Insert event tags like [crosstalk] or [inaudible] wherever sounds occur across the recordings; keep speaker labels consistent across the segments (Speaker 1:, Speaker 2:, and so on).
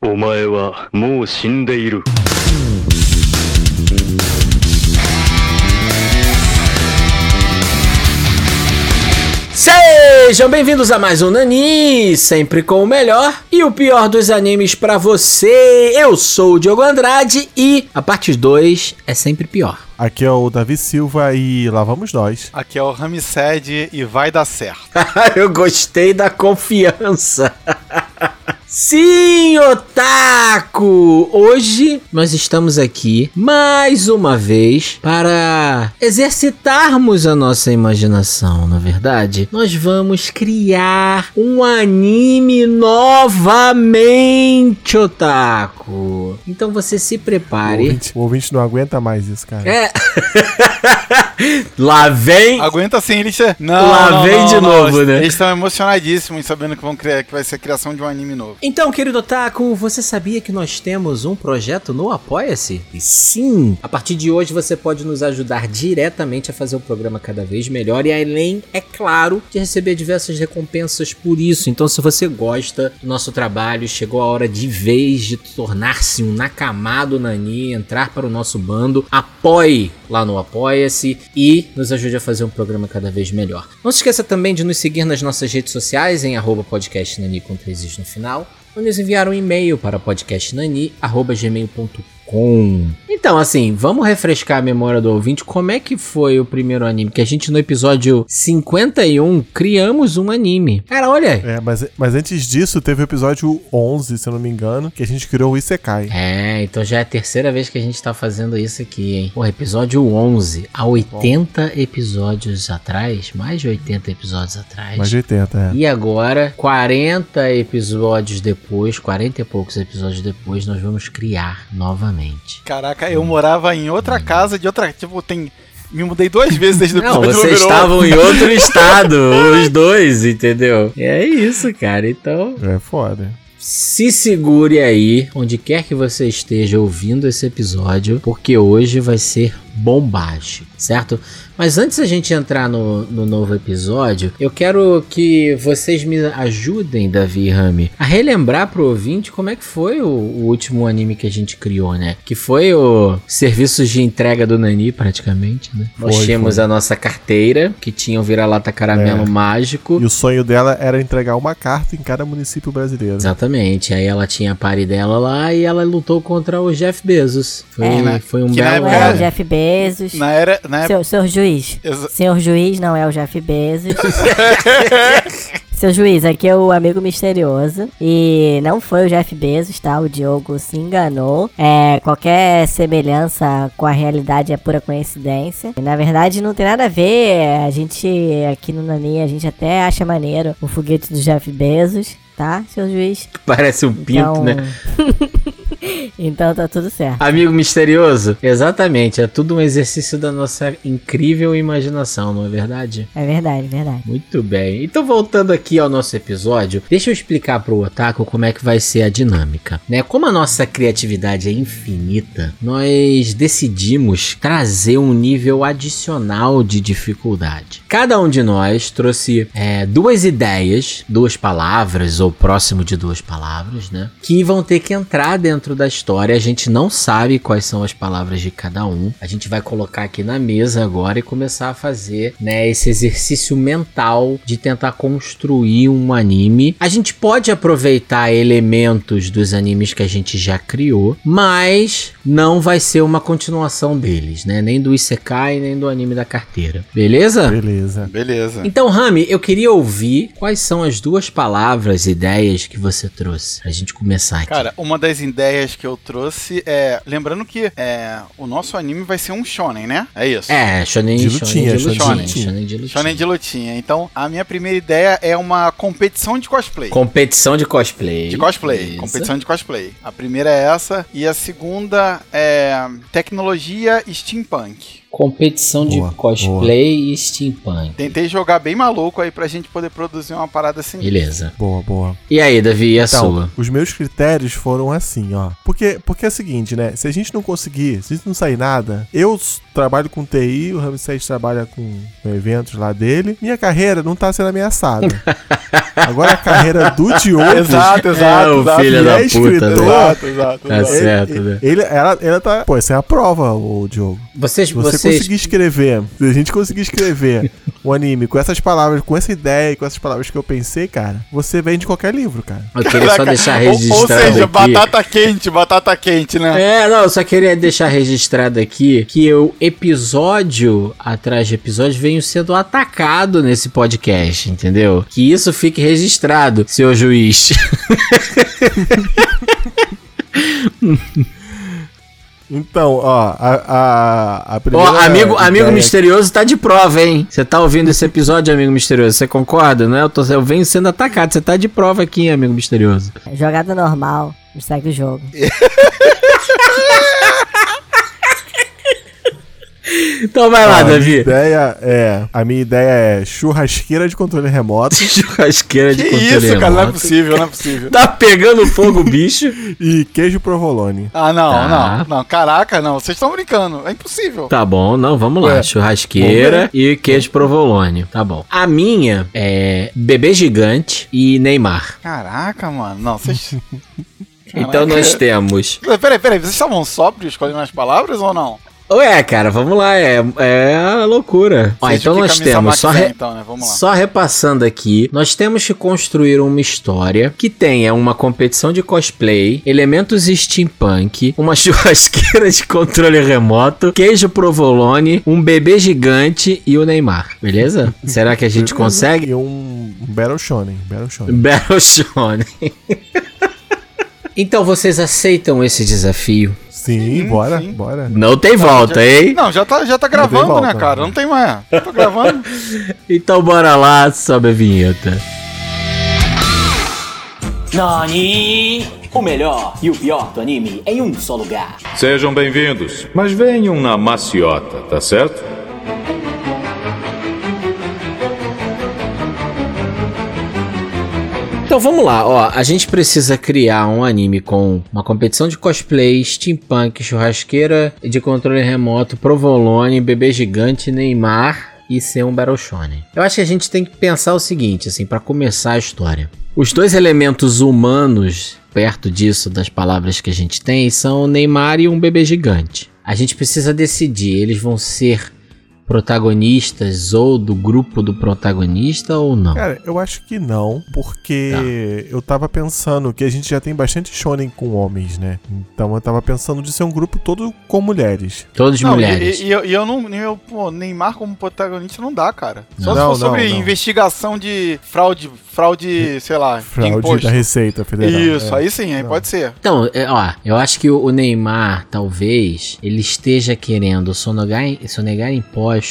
Speaker 1: お前はもう死んでいる。
Speaker 2: Sejam bem-vindos a mais um Nani, sempre com o melhor e o pior dos animes pra você. Eu sou o Diogo Andrade e a parte 2 é sempre pior.
Speaker 3: Aqui é o Davi Silva e lá vamos nós.
Speaker 4: Aqui é o Ramsed e vai dar certo.
Speaker 2: Ah, Eu gostei da confiança. [laughs] Sim, Otaku! Hoje nós estamos aqui mais uma vez para exercitarmos a nossa imaginação, na verdade. Nós vamos criar um anime novamente, Otaku. Então você se
Speaker 3: O
Speaker 2: prepare.
Speaker 3: ouvinte, o ouvinte não aguenta mais isso, cara.
Speaker 2: É. Lá vem
Speaker 4: Aguenta sim, eles. Não,
Speaker 2: Lá
Speaker 4: não,
Speaker 2: vem
Speaker 4: não,
Speaker 2: de
Speaker 4: não,
Speaker 2: novo,
Speaker 4: eles-
Speaker 2: né?
Speaker 4: Eles estão emocionadíssimos sabendo que, vão criar, que vai ser a criação de um anime novo.
Speaker 2: Então, querido Otaku, você sabia que nós temos um projeto no Apoia-se? E sim! A partir de hoje você pode nos ajudar diretamente a fazer o programa cada vez melhor e além, é claro, de receber diversas recompensas por isso. Então, se você gosta do nosso trabalho, chegou a hora de vez de tornar-se um nakamado Nani, entrar para o nosso bando, apoie lá no Apoia-se e nos ajude a fazer um programa cada vez melhor. Não se esqueça também de nos seguir nas nossas redes sociais em arroba podcastnani com três is no final ou nos enviar um e-mail para podcastnani.gmail.com Então, assim, vamos refrescar a memória do ouvinte. Como é que foi o primeiro anime? Que a gente, no episódio 51, criamos um anime. Cara, olha...
Speaker 3: É, mas, mas antes disso, teve o episódio 11, se eu não me engano, que a gente criou o Isekai.
Speaker 2: É, então já é a terceira vez que a gente tá fazendo isso aqui, hein? Porra, episódio 11. Há 80 episódios atrás, mais de 80 episódios atrás.
Speaker 3: Mais de 80, é.
Speaker 2: E agora, 40 episódios depois, 40 e poucos episódios depois, nós vamos criar novamente. Hum.
Speaker 4: Caraca, eu morava em outra casa de outra. Tipo, tem. Me mudei duas vezes
Speaker 2: [laughs]
Speaker 4: desde o
Speaker 2: Não,
Speaker 4: episódio
Speaker 2: vocês
Speaker 4: número um.
Speaker 2: estavam em outro
Speaker 4: [laughs]
Speaker 2: estado, os dois, entendeu? É isso, cara. Então,
Speaker 3: É foda.
Speaker 2: se segure aí, onde quer que você esteja ouvindo esse episódio, porque hoje vai ser bombástico, certo? Mas antes da gente entrar no, no novo episódio, eu quero que vocês me ajudem, Davi e Rami, a relembrar pro ouvinte como é que foi o, o último anime que a gente criou, né? Que foi o serviços de entrega do Nani, praticamente, né? Nós
Speaker 3: Foi,
Speaker 2: tínhamos a nossa carteira, que tinha o vira-lata caramelo
Speaker 3: É.
Speaker 2: mágico.
Speaker 3: E o sonho dela era entregar uma carta em cada município brasileiro.
Speaker 2: Exatamente. Aí ela tinha a pare dela lá e ela lutou contra o Jeff Bezos. Foi,
Speaker 4: É, né?
Speaker 2: foi um
Speaker 4: Que
Speaker 2: belo. ano.
Speaker 4: na época-
Speaker 5: É o Jeff Bezos.
Speaker 4: Na era. Na época.
Speaker 5: Seu, senhor juiz.
Speaker 4: Exa-
Speaker 5: Senhor juiz não é o Jeff Bezos. Seu juiz, aqui é o amigo misterioso. E não foi o Jeff Bezos, tá? O
Speaker 2: tipo
Speaker 5: Diogo
Speaker 2: assim,
Speaker 5: se enganou. É, qualquer semelhança com a realidade é pura coincidência. E, na verdade, não tem nada a ver. É, A gente, aqui no Nani, a gente até acha maneiro o foguete do Jeff Bezos, tá, seu juiz?
Speaker 2: [laughs] Parece um pinto,
Speaker 5: Então-
Speaker 2: né?
Speaker 5: então [laughs] tá tudo certo.
Speaker 2: Amigo misterioso? Exatamente. É tudo um exercício da nossa incrível imaginação, não é verdade?
Speaker 5: É verdade, verdade.
Speaker 2: Muito bem. Então, voltando aqui ao nosso episódio, deixa eu explicar pro Otaku como é que vai ser a dinâmica. Né? Como a nossa criatividade é infinita, nós decidimos trazer um nível adicional de dificuldade. Cada um de nós trouxe é, duas ideias, duas palavras ou próximo de duas palavras, né? Que vão ter que entrar dentro da história. A gente não sabe quais são as palavras de cada um. A gente vai colocar aqui na mesa agora e começar a fazer, né, esse exercício mental de tentar construir um anime. A gente pode aproveitar elementos dos animes que a gente já criou, mas não vai ser uma continuação deles, né? Nem do Isekai, nem do anime da carteira. Beleza?
Speaker 3: Beleza.
Speaker 4: Beleza.
Speaker 2: Então, Rami, eu queria ouvir quais são as duas palavras, ideias que você trouxe pra gente começar aqui.
Speaker 4: Cara, uma das ideias que eu trouxe é. Lembrando que é, o nosso anime vai ser um shonen, né? É isso.
Speaker 2: é, Shonen
Speaker 3: de
Speaker 2: Shonen
Speaker 3: lutinha,
Speaker 2: de
Speaker 3: shonen
Speaker 2: lutinha,
Speaker 3: de lutinha.
Speaker 2: Shonen de lutinha.
Speaker 4: Shonen de lutinha. Então, a minha primeira ideia é uma competição de cosplay.
Speaker 2: Competição de cosplay.
Speaker 4: De cosplay,
Speaker 2: Isso.
Speaker 4: competição de cosplay. A primeira é essa, e a segunda é tecnologia steampunk.
Speaker 2: Competição de
Speaker 3: Boa,
Speaker 2: cosplay e steampunk.
Speaker 4: Tentei jogar bem maluco aí pra gente poder produzir uma parada assim.
Speaker 2: Beleza.
Speaker 3: Boa, boa.
Speaker 2: E aí, Davi, e a sua?
Speaker 3: Então, os meus critérios foram assim, ó. Porque, porque é o seguinte, né? Se a gente não conseguir, se a gente não sair nada, eu s- trabalho com TI, o Ramsés trabalha com eventos lá dele, minha carreira não tá
Speaker 2: [laughs]
Speaker 3: sendo ameaçada. Agora a carreira do Diogo.
Speaker 2: É, o filho
Speaker 3: ele
Speaker 2: da
Speaker 3: é
Speaker 2: puta,
Speaker 3: escritor.
Speaker 2: né?
Speaker 4: Exato, exato.
Speaker 2: Tá
Speaker 4: exato.
Speaker 2: certo, né?
Speaker 3: Ele, ela, ela tá. Pô, essa é a prova, o Diogo.
Speaker 2: Vocês,
Speaker 3: Se você
Speaker 2: vocês
Speaker 4: [laughs]
Speaker 3: conseguir escrever, se a gente conseguir escrever um anime com essas palavras, com essa ideia e com essas palavras que eu pensei, cara, você vende qualquer livro, cara.
Speaker 2: Eu queria só
Speaker 4: Caraca,
Speaker 2: deixar
Speaker 4: ou-
Speaker 2: registrado
Speaker 4: Ou seja,
Speaker 2: aqui.
Speaker 4: batata quente, batata quente, né?
Speaker 2: É, não, eu só queria deixar registrado aqui que o episódio atrás de episódio venho sendo atacado nesse podcast, entendeu? Que isso fique registrado, seu juiz.
Speaker 3: Então, ó, a, a, a
Speaker 2: Ó,
Speaker 3: primeira.
Speaker 2: amigo,
Speaker 3: ideia é
Speaker 2: amigo
Speaker 3: que-
Speaker 2: misterioso tá de prova, hein? Você tá ouvindo esse episódio, amigo misterioso? Você concorda, né? Eu, tô- eu venho sendo atacado, você tá de prova aqui, hein, amigo misterioso.
Speaker 5: Jogada normal, segue o jogo.
Speaker 2: Então vai
Speaker 3: ó,
Speaker 2: lá,
Speaker 3: a minha
Speaker 2: Davi.
Speaker 3: Ideia é, a minha ideia é churrasqueira de
Speaker 2: [laughs]
Speaker 3: controle remoto
Speaker 2: [laughs] Churrasqueira de
Speaker 4: Que
Speaker 2: controle
Speaker 4: isso, cara, não é
Speaker 2: remoto.
Speaker 4: possível, não é possível.
Speaker 2: Tá pegando fogo, o bicho.
Speaker 3: e queijo provolone.
Speaker 4: [laughs] Ah, não,
Speaker 2: Tá.
Speaker 4: não, não. Caraca, não. Vocês estão brincando. É impossível.
Speaker 2: [laughs] Tá bom, não, vamos lá.
Speaker 3: Ué,
Speaker 2: Churrasqueira e queijo provolone. Tá bom. A minha é bebê gigante e Neymar.
Speaker 4: Caraca, mano. Não, vocês. [laughs]
Speaker 2: Então nós temos.
Speaker 4: Peraí, peraí, vocês estavam sóbrios escolhendo as palavras ou não?
Speaker 2: Ué, cara, vamos lá, é, é a loucura. Ó,
Speaker 4: Vocês
Speaker 2: então
Speaker 4: de
Speaker 2: nós
Speaker 4: camisa
Speaker 2: temos,
Speaker 4: Max
Speaker 2: só,
Speaker 4: Zé,
Speaker 2: re-
Speaker 4: então, né? Vamos lá.
Speaker 2: Só repassando aqui, nós temos que construir uma história que tenha uma competição de cosplay, elementos steampunk, uma [laughs] churrasqueira de controle remoto, queijo provolone, um bebê gigante e o Neymar, beleza? Será que a gente consegue? [laughs]
Speaker 3: E um Battle Shonen. Battle Shonen.
Speaker 2: Battle Shonen. [laughs] Então vocês aceitam esse desafio?
Speaker 3: Sim, bora,
Speaker 4: sim.
Speaker 3: bora.
Speaker 2: Não tem volta, hein?
Speaker 4: Não, já tá, já tá gravando,
Speaker 3: volta,
Speaker 4: né,
Speaker 3: né?
Speaker 4: cara? Não tem mais. Tô gravando.
Speaker 2: Então bora lá, sobe a vinheta.
Speaker 6: なにおめりょう、ゆぴょうとにみえゆんそろが。
Speaker 7: Sejam bem-vindos, mas venham na maciota, tá certo?
Speaker 2: Então vamos lá, ó, a gente precisa criar um anime com uma competição de cosplay, steampunk, churrasqueira de controle remoto, provolone, bebê gigante, Neymar e ser um Battle Shonen. Eu acho que a gente tem que pensar o seguinte, assim, pra começar a história. Os dois elementos humanos perto disso das palavras que a gente tem são o Neymar e um bebê gigante. A gente precisa decidir, eles vão ser protagonistas ou do grupo do protagonista ou não.
Speaker 3: Cara, eu acho que não, porque eu tava pensando que a gente já tem bastante shonen com homens, né? Então eu tava pensando de ser um grupo todo com mulheres.
Speaker 2: Todos
Speaker 4: Não, e-
Speaker 2: mulheres.
Speaker 4: E, e eu, e eu não. Eu, pô, Neymar como protagonista não dá, cara. Só
Speaker 3: Não,
Speaker 4: se for sobre
Speaker 3: não, não.
Speaker 4: investigação de fraude, fraude, sei lá, de
Speaker 3: Fraude
Speaker 4: imposto.
Speaker 3: da Receita Federal.
Speaker 4: Isso,
Speaker 3: é.
Speaker 4: aí sim, aí pode ser.
Speaker 2: Então, é, ó, eu acho que o o Neymar, talvez, ele esteja querendo sonegar, em- sonegar impostos,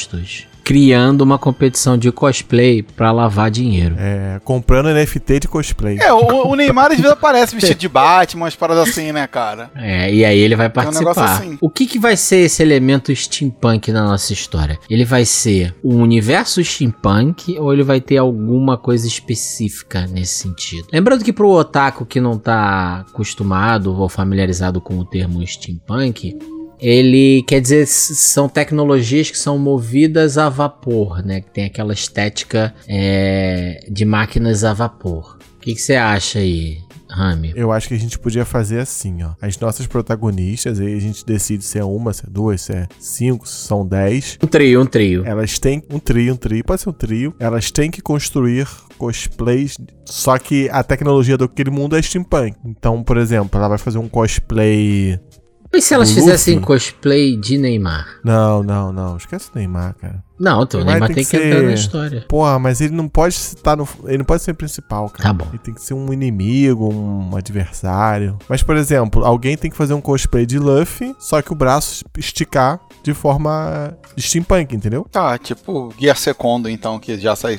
Speaker 2: criando uma competição de cosplay pra lavar dinheiro.
Speaker 3: É, comprando NFT de cosplay.
Speaker 4: É, o, o Neymar às vezes aparece vestido de Batman, umas paradas assim, né, cara?
Speaker 2: É, e aí ele vai
Speaker 4: negócio
Speaker 2: participar.
Speaker 4: assim.
Speaker 2: O que, que vai ser esse elemento steampunk na nossa história? Ele vai ser um universo steampunk ou ele vai ter alguma coisa específica nesse sentido? Lembrando que pro otaku que não tá acostumado ou familiarizado com o termo steampunk, ele quer dizer s- são tecnologias que são movidas a vapor, né? Que tem aquela estética é, de máquinas a vapor. O que que você acha aí, Rami?
Speaker 3: Eu acho que a gente podia fazer assim, ó. As nossas protagonistas, aí a gente decide se é uma, se é duas, se é cinco, se são dez.
Speaker 2: Um trio, um trio.
Speaker 3: Elas têm um trio, um trio, pode ser um trio. Elas têm que construir cosplays, só que a tecnologia daquele mundo é steampunk. Então, por exemplo, ela vai fazer um cosplay...
Speaker 2: E se elas
Speaker 3: Luffy?
Speaker 2: fizessem cosplay de Neymar?
Speaker 3: Não, não, não. Esquece o Neymar, cara.
Speaker 2: Não, então, o
Speaker 3: Neymar
Speaker 2: Neymar tem
Speaker 3: tem
Speaker 2: que,
Speaker 3: que
Speaker 2: entrar
Speaker 3: ser-
Speaker 2: na história.
Speaker 3: Porra, mas ele não pode estar no. Ele não pode ser o principal, cara.
Speaker 2: Tá bom.
Speaker 3: Ele tem que ser um inimigo, um adversário. Mas, por exemplo, alguém tem que fazer um cosplay de Luffy, só que o braço esticar de forma steampunk, entendeu?
Speaker 4: Tá, tipo Gear Secondo, então, que já sai,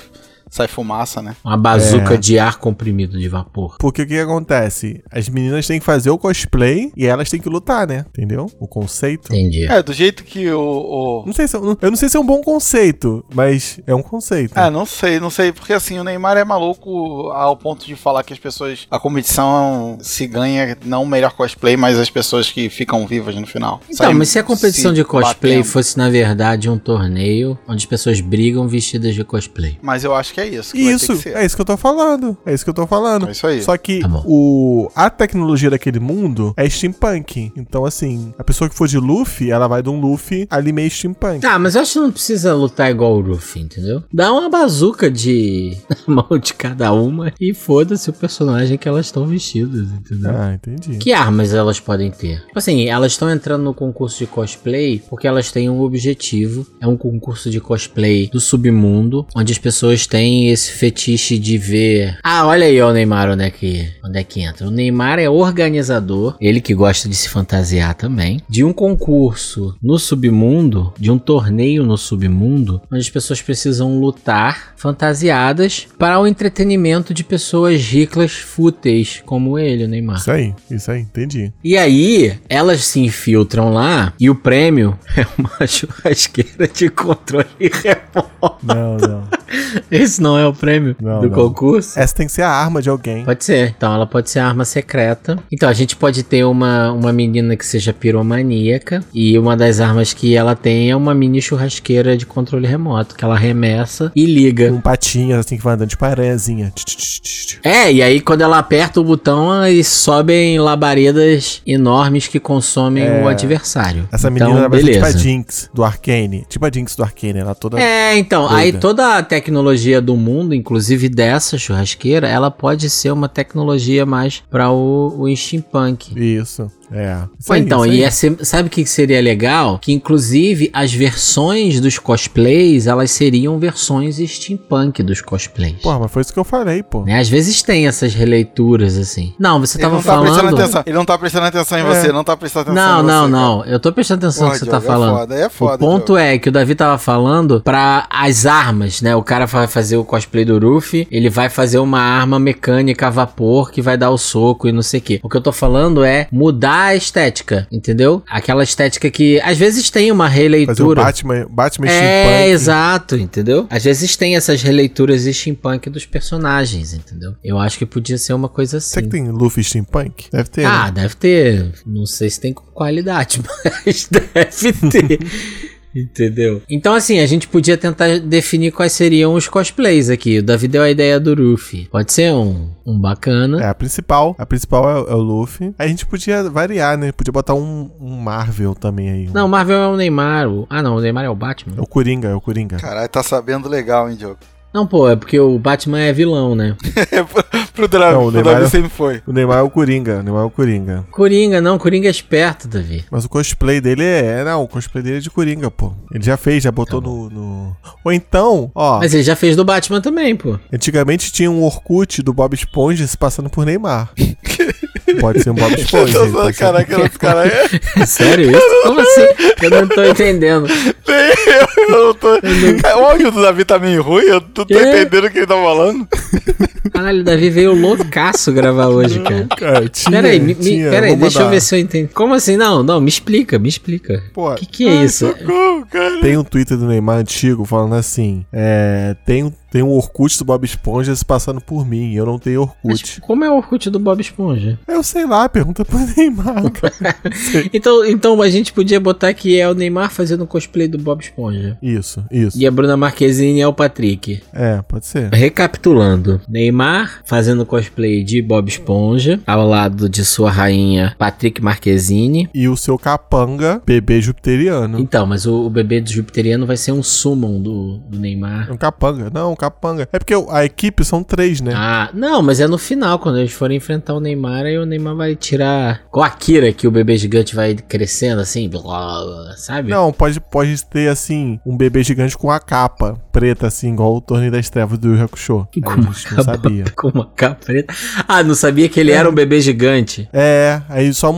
Speaker 4: sai fumaça, né?
Speaker 2: Uma bazuca de ar comprimido de vapor.
Speaker 3: Porque o que, que acontece? As meninas têm que fazer o cosplay e elas têm que lutar, né? Entendeu? O conceito.
Speaker 2: Entendi.
Speaker 4: É, do jeito que o. o-
Speaker 3: Não sei se, eu não sei se é um bom conceito, mas é um conceito.
Speaker 4: Ah, não sei, não sei, porque assim, o Neymar é maluco ao ponto de falar que as pessoas. A competição se ganha, não o melhor cosplay, mas as pessoas que ficam vivas no final.
Speaker 2: Então,
Speaker 4: Saem
Speaker 2: mas se a competição
Speaker 4: se um-
Speaker 2: de cosplay
Speaker 4: batendo.
Speaker 2: fosse, na verdade, um torneio onde as pessoas brigam vestidas de cosplay.
Speaker 4: Mas eu acho que é isso. Que vai ter
Speaker 3: isso,
Speaker 4: que ser.
Speaker 3: é isso que eu tô falando. É isso que eu tô falando.
Speaker 4: É isso aí.
Speaker 3: Só que
Speaker 2: Tá bom.
Speaker 3: o, a tecnologia daquele mundo é steampunk. Então, assim, a pessoa que for de Luffy, ela vai de um Luffy ali meio steampunk.
Speaker 2: Ah, mas eu acho que não precisa lutar igual o Luffy, entendeu? Dá uma bazuca de [laughs] na mão de cada uma e foda-se o personagem que elas estão vestidas, entendeu?
Speaker 3: Ah, entendi.
Speaker 2: Que armas elas podem ter? Tipo Assim, elas estão entrando no concurso de cosplay porque elas têm um objetivo. É um concurso de cosplay do submundo, onde as pessoas têm esse fetiche de ver. Ah, olha aí ó, o Neymar onde é que, onde é que entra. O Neymar é organizador, ele que gosta de se fantasiar também, de um concurso no submundo, de um torneio no submundo, onde as pessoas precisam lutar fantasiadas para o entretenimento de pessoas ricas fúteis como ele, o Neymar.
Speaker 3: Isso aí, isso aí, entendi.
Speaker 2: E aí, elas se infiltram lá e o prêmio [laughs] é uma churrasqueira de controle [laughs] remoto.
Speaker 3: Não, não.
Speaker 2: Esse não é o prêmio
Speaker 3: Não,
Speaker 2: do
Speaker 3: não.
Speaker 2: concurso?
Speaker 3: Essa tem que ser a arma de alguém.
Speaker 2: Pode ser. Então, ela pode ser arma secreta. Então, a gente pode ter uma, uma menina que seja piromaníaca e uma das armas que ela tem é uma mini churrasqueira de controle remoto que ela arremessa e liga.
Speaker 3: Um patinho, assim, que vai andando de parezinha. Tch, tch, tch, tch, tch.
Speaker 2: É, e aí quando ela aperta o botão, aí sobem labaredas enormes que consomem o adversário.
Speaker 3: É. Essa
Speaker 2: Então,
Speaker 3: menina vai ser tipo a
Speaker 2: beleza.
Speaker 3: Jinx do Arcane. Tipo a Jinx do Arcane, ela toda.
Speaker 4: Né?
Speaker 2: É, então,
Speaker 3: Doida.
Speaker 2: aí toda a tecnologia do mundo, inclusive dessa churrasqueira, ela pode ser uma tecnologia mais pra o, o steampunk.
Speaker 3: Isso. É. Isso
Speaker 2: Pô,
Speaker 3: aí,
Speaker 2: então,
Speaker 3: isso aí.
Speaker 2: e ia ser- sabe o que que seria legal? Que inclusive as versões dos cosplays, elas seriam versões steampunk dos cosplays.
Speaker 3: Pô, mas foi isso que eu falei, pô.
Speaker 2: Né? Às vezes tem essas releituras assim. Não, você
Speaker 4: Ele
Speaker 2: tava
Speaker 4: não tá prestando
Speaker 2: falando.
Speaker 4: atenção. Ele não tá prestando atenção em
Speaker 3: É.
Speaker 4: você, não tá prestando atenção
Speaker 2: Não,
Speaker 4: em
Speaker 2: não,
Speaker 4: você, cara.
Speaker 2: não. Eu tô prestando atenção no
Speaker 4: Porra,
Speaker 2: que você tá
Speaker 4: Diogo, é
Speaker 2: falando.
Speaker 4: foda, é
Speaker 2: o
Speaker 4: foda,
Speaker 2: ponto
Speaker 4: Diogo.
Speaker 2: é que o Davi tava falando pra as armas, né? O cara vai fazer o cosplay do Ruffy, ele vai fazer uma arma mecânica a vapor que vai dar o soco e não sei o quê. O que eu tô falando é mudar a estética, entendeu? Aquela estética que às vezes tem uma
Speaker 3: Fazer o
Speaker 2: releitura.
Speaker 3: Batman, Batman
Speaker 2: É,
Speaker 3: steampunk.
Speaker 2: exato, entendeu? Às vezes tem essas releituras de steampunk dos personagens, entendeu? Eu acho que podia ser uma coisa assim.
Speaker 3: Será que tem Luffy steampunk? Deve ter.
Speaker 2: Ah,
Speaker 3: né?
Speaker 2: deve ter. Não sei se tem com qualidade, [laughs] mas deve ter. Entendeu? Então, assim, a gente podia tentar definir quais seriam os cosplays aqui. O Davi deu a ideia do Ruffy. Pode ser um, um bacana.
Speaker 3: É, a principal. A principal é, o- é o Luffy. A gente podia variar, né? Podia botar um, um Marvel também aí. um-
Speaker 2: Não, o Marvel é o Neymar. o- Ah, não, o Neymar é o
Speaker 3: É
Speaker 2: Batman.
Speaker 3: o Coringa, é o Coringa.
Speaker 4: Caralho, tá sabendo legal, hein, Diogo? [laughs]
Speaker 2: Não, pô, é porque o Batman é vilão, né?
Speaker 4: pro Davi,
Speaker 3: Não, o
Speaker 4: pro
Speaker 3: Neymar
Speaker 4: Davi
Speaker 3: é-
Speaker 4: sempre foi.
Speaker 3: O Neymar é o Coringa, o Neymar é o Coringa.
Speaker 2: Coringa, não, Coringa é esperto, Davi.
Speaker 3: Mas o cosplay dele é. é, Não, o cosplay dele é de Coringa, pô. Ele já fez, já botou no, no- Ou então, ó.
Speaker 2: Mas ele já fez do Batman também, pô.
Speaker 3: Antigamente tinha um Orkut do Bob Esponja se passando por
Speaker 4: [laughs]
Speaker 3: Neymar. pode ser um Bob
Speaker 4: Eu
Speaker 3: Esponja. pode
Speaker 4: tô
Speaker 2: tá
Speaker 4: zoando,
Speaker 3: ser-
Speaker 4: caraca, esse
Speaker 2: [laughs]
Speaker 4: cara é.
Speaker 2: Sério isso? Como assim? Eu não tô entendendo.
Speaker 4: Nem eu, eu não
Speaker 2: É
Speaker 4: tô. Cara, O áudio do Davi tá meio ruim, eu não tô
Speaker 2: Quê?
Speaker 4: entendendo o que ele tá falando.
Speaker 2: Caralho, o Davi veio loucaço gravar hoje, cara.
Speaker 3: Cara, tinha,
Speaker 2: Ah, Peraí, me, me-
Speaker 3: tinha,
Speaker 2: peraí,
Speaker 3: vou
Speaker 2: deixa eu
Speaker 3: mandar.
Speaker 2: ver se eu entendo. Como assim? Não, não, me explica, me explica.
Speaker 3: Pô,
Speaker 2: O que, que é
Speaker 3: ah,
Speaker 2: isso?
Speaker 3: então,
Speaker 4: Socorro, cara.
Speaker 3: Tem um Twitter do Neymar antigo falando assim: é, tem, um- tem um Orkut do Bob Esponja se passando por mim, eu não tenho
Speaker 2: Mas
Speaker 3: Orkut.
Speaker 2: como é o Orkut do Bob Esponja?
Speaker 3: Eu sei lá, pergunta pro [laughs] Neymar. cara.
Speaker 2: Então, então a gente podia botar que é o Neymar fazendo cosplay do Bob Esponja.
Speaker 3: isso, isso.
Speaker 2: E a Bruna Marquezine é o Patrick.
Speaker 3: É, pode ser.
Speaker 2: Recapitulando, Neymar fazendo cosplay de Bob Esponja, ao lado de sua rainha Patrick Marquezine.
Speaker 3: E o seu capanga, bebê jupiteriano.
Speaker 2: Então, mas o, o bebê do Jupiteriano vai ser um summon do, do Neymar.
Speaker 3: É Um capanga, não, um capanga. É porque a equipe são três, né?
Speaker 2: Ah, não, mas é no final, quando eles forem enfrentar o Neymar, aí o Neymar vai tirar. Com a Akira, que o bebê gigante vai crescendo assim, blá, blá, sabe?
Speaker 3: Não, pode, pode ter assim, um bebê gigante com a capa preta, assim, igual o Torneio das Trevas do Yu Hakusho. Aí a gente não sabia.
Speaker 2: [laughs] Com uma capa preta. Ah, não sabia que ele era um bebê gigante.
Speaker 3: É, aí só um,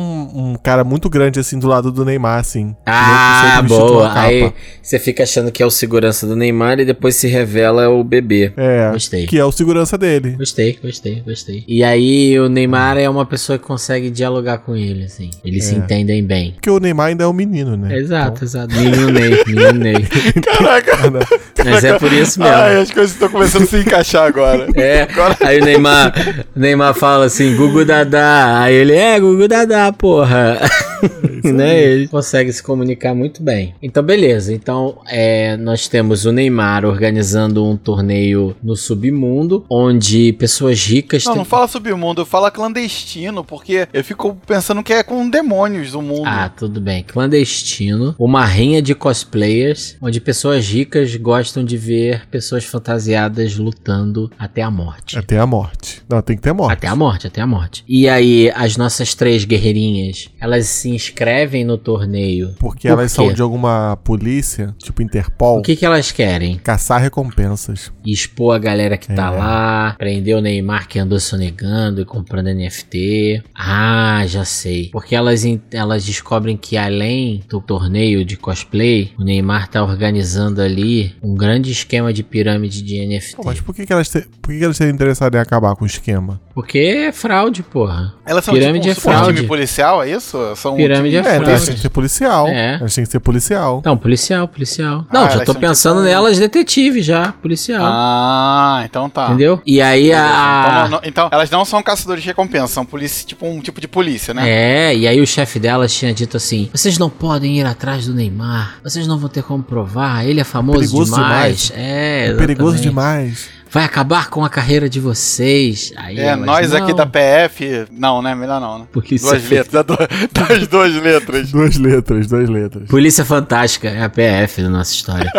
Speaker 3: um cara muito grande, assim, do lado do Neymar, assim.
Speaker 2: Ah,
Speaker 3: Sempre vestido com a
Speaker 2: boa.
Speaker 3: capa.
Speaker 2: Aí você fica achando que é o segurança do Neymar e depois se revela o
Speaker 8: bebê.
Speaker 3: É.
Speaker 2: Gostei.
Speaker 3: Que é o segurança dele.
Speaker 2: Gostei, gostei, gostei. E aí o Neymar é uma pessoa que consegue dialogar com ele, assim. Eles se
Speaker 3: É.
Speaker 2: entendem bem.
Speaker 3: Porque o Neymar ainda é um menino, né?
Speaker 2: Exato, exato. Menino Ney, menino Ney.
Speaker 4: Então. [laughs] Caraca,
Speaker 3: Então, cara,
Speaker 2: [laughs] Mas é por isso mesmo.
Speaker 4: Ai, as coisas estão começando a se encaixar agora.
Speaker 2: É,
Speaker 4: Agora-
Speaker 2: aí o Neymar, o Neymar fala assim, Gugu Dadá. Aí ele, é, Gugu Dadá, porra. [laughs] né? Ele consegue se comunicar muito bem. Então, beleza. Então, é, nós temos o Neymar organizando um torneio no submundo, onde pessoas ricas...
Speaker 4: Não,
Speaker 2: têm-
Speaker 4: não fala submundo, fala clandestino, porque eu fico pensando que é com demônios o mundo.
Speaker 2: Ah, tudo bem. Clandestino, uma rinha de cosplayers, onde pessoas ricas gostam de ver pessoas fantasiadas lutando até a morte.
Speaker 3: Até É, a morte. Não, tem que ter morte.
Speaker 2: Até a morte, até a morte. E aí, as nossas três guerreirinhas, elas se inscrevem no torneio.
Speaker 3: Porque
Speaker 2: Por
Speaker 3: elas
Speaker 2: quê?
Speaker 3: são de alguma polícia, tipo Interpol,
Speaker 2: O que, que elas querem?
Speaker 3: caçar recompensas.
Speaker 2: Expor a galera que tá
Speaker 3: É.
Speaker 2: lá, prender o Neymar que andou sonegando e comprando NFT. Ah, já sei. Porque elas, en- elas descobrem que além do torneio de cosplay, o Neymar tá organizando ali um grande esquema de pirâmide de NFT.
Speaker 3: Pô, mas por que, que elas te... por que, que elas seriam interessadas em acabar com o esquema?
Speaker 2: Porque é fraude, porra.
Speaker 4: Elas são
Speaker 2: pirâmide
Speaker 4: tipo um
Speaker 2: é
Speaker 4: super
Speaker 2: fraude.
Speaker 4: time policial, é isso? São um
Speaker 2: Pirâmide é
Speaker 4: time
Speaker 3: É, então
Speaker 2: fraude.
Speaker 3: elas têm que ser policial.
Speaker 2: É.
Speaker 3: Elas têm que ser policial.
Speaker 2: Não, Então, policial, policial. Não,
Speaker 4: Ah,
Speaker 2: já
Speaker 4: elas
Speaker 2: tô
Speaker 4: são
Speaker 2: pensando
Speaker 4: tipo-
Speaker 2: nelas detetive já, policial.
Speaker 4: Ah, então tá.
Speaker 2: É. Entendeu? Ah. E aí
Speaker 4: Beleza.
Speaker 2: a.
Speaker 4: Então, não- não- então, elas não são caçadores de recompensa, são polícia, tipo um tipo de polícia, né?
Speaker 2: É, e aí o chefe delas tinha dito assim: vocês não podem ir atrás do Neymar, vocês não vão ter como provar, ele é famoso
Speaker 3: perigoso
Speaker 2: demais. É,
Speaker 3: É perigoso
Speaker 2: exatamente.
Speaker 3: demais.
Speaker 2: Vai acabar com a carreira de vocês. Aí
Speaker 4: É,
Speaker 2: elas,
Speaker 4: nós aqui
Speaker 2: "Não,
Speaker 4: da PF. Não, né? Melhor não, né?
Speaker 2: Polícia,
Speaker 4: duas letras. do- Das duas letras.
Speaker 3: Duas letras, duas letras.
Speaker 2: Polícia Fantástica é a PF da nossa história.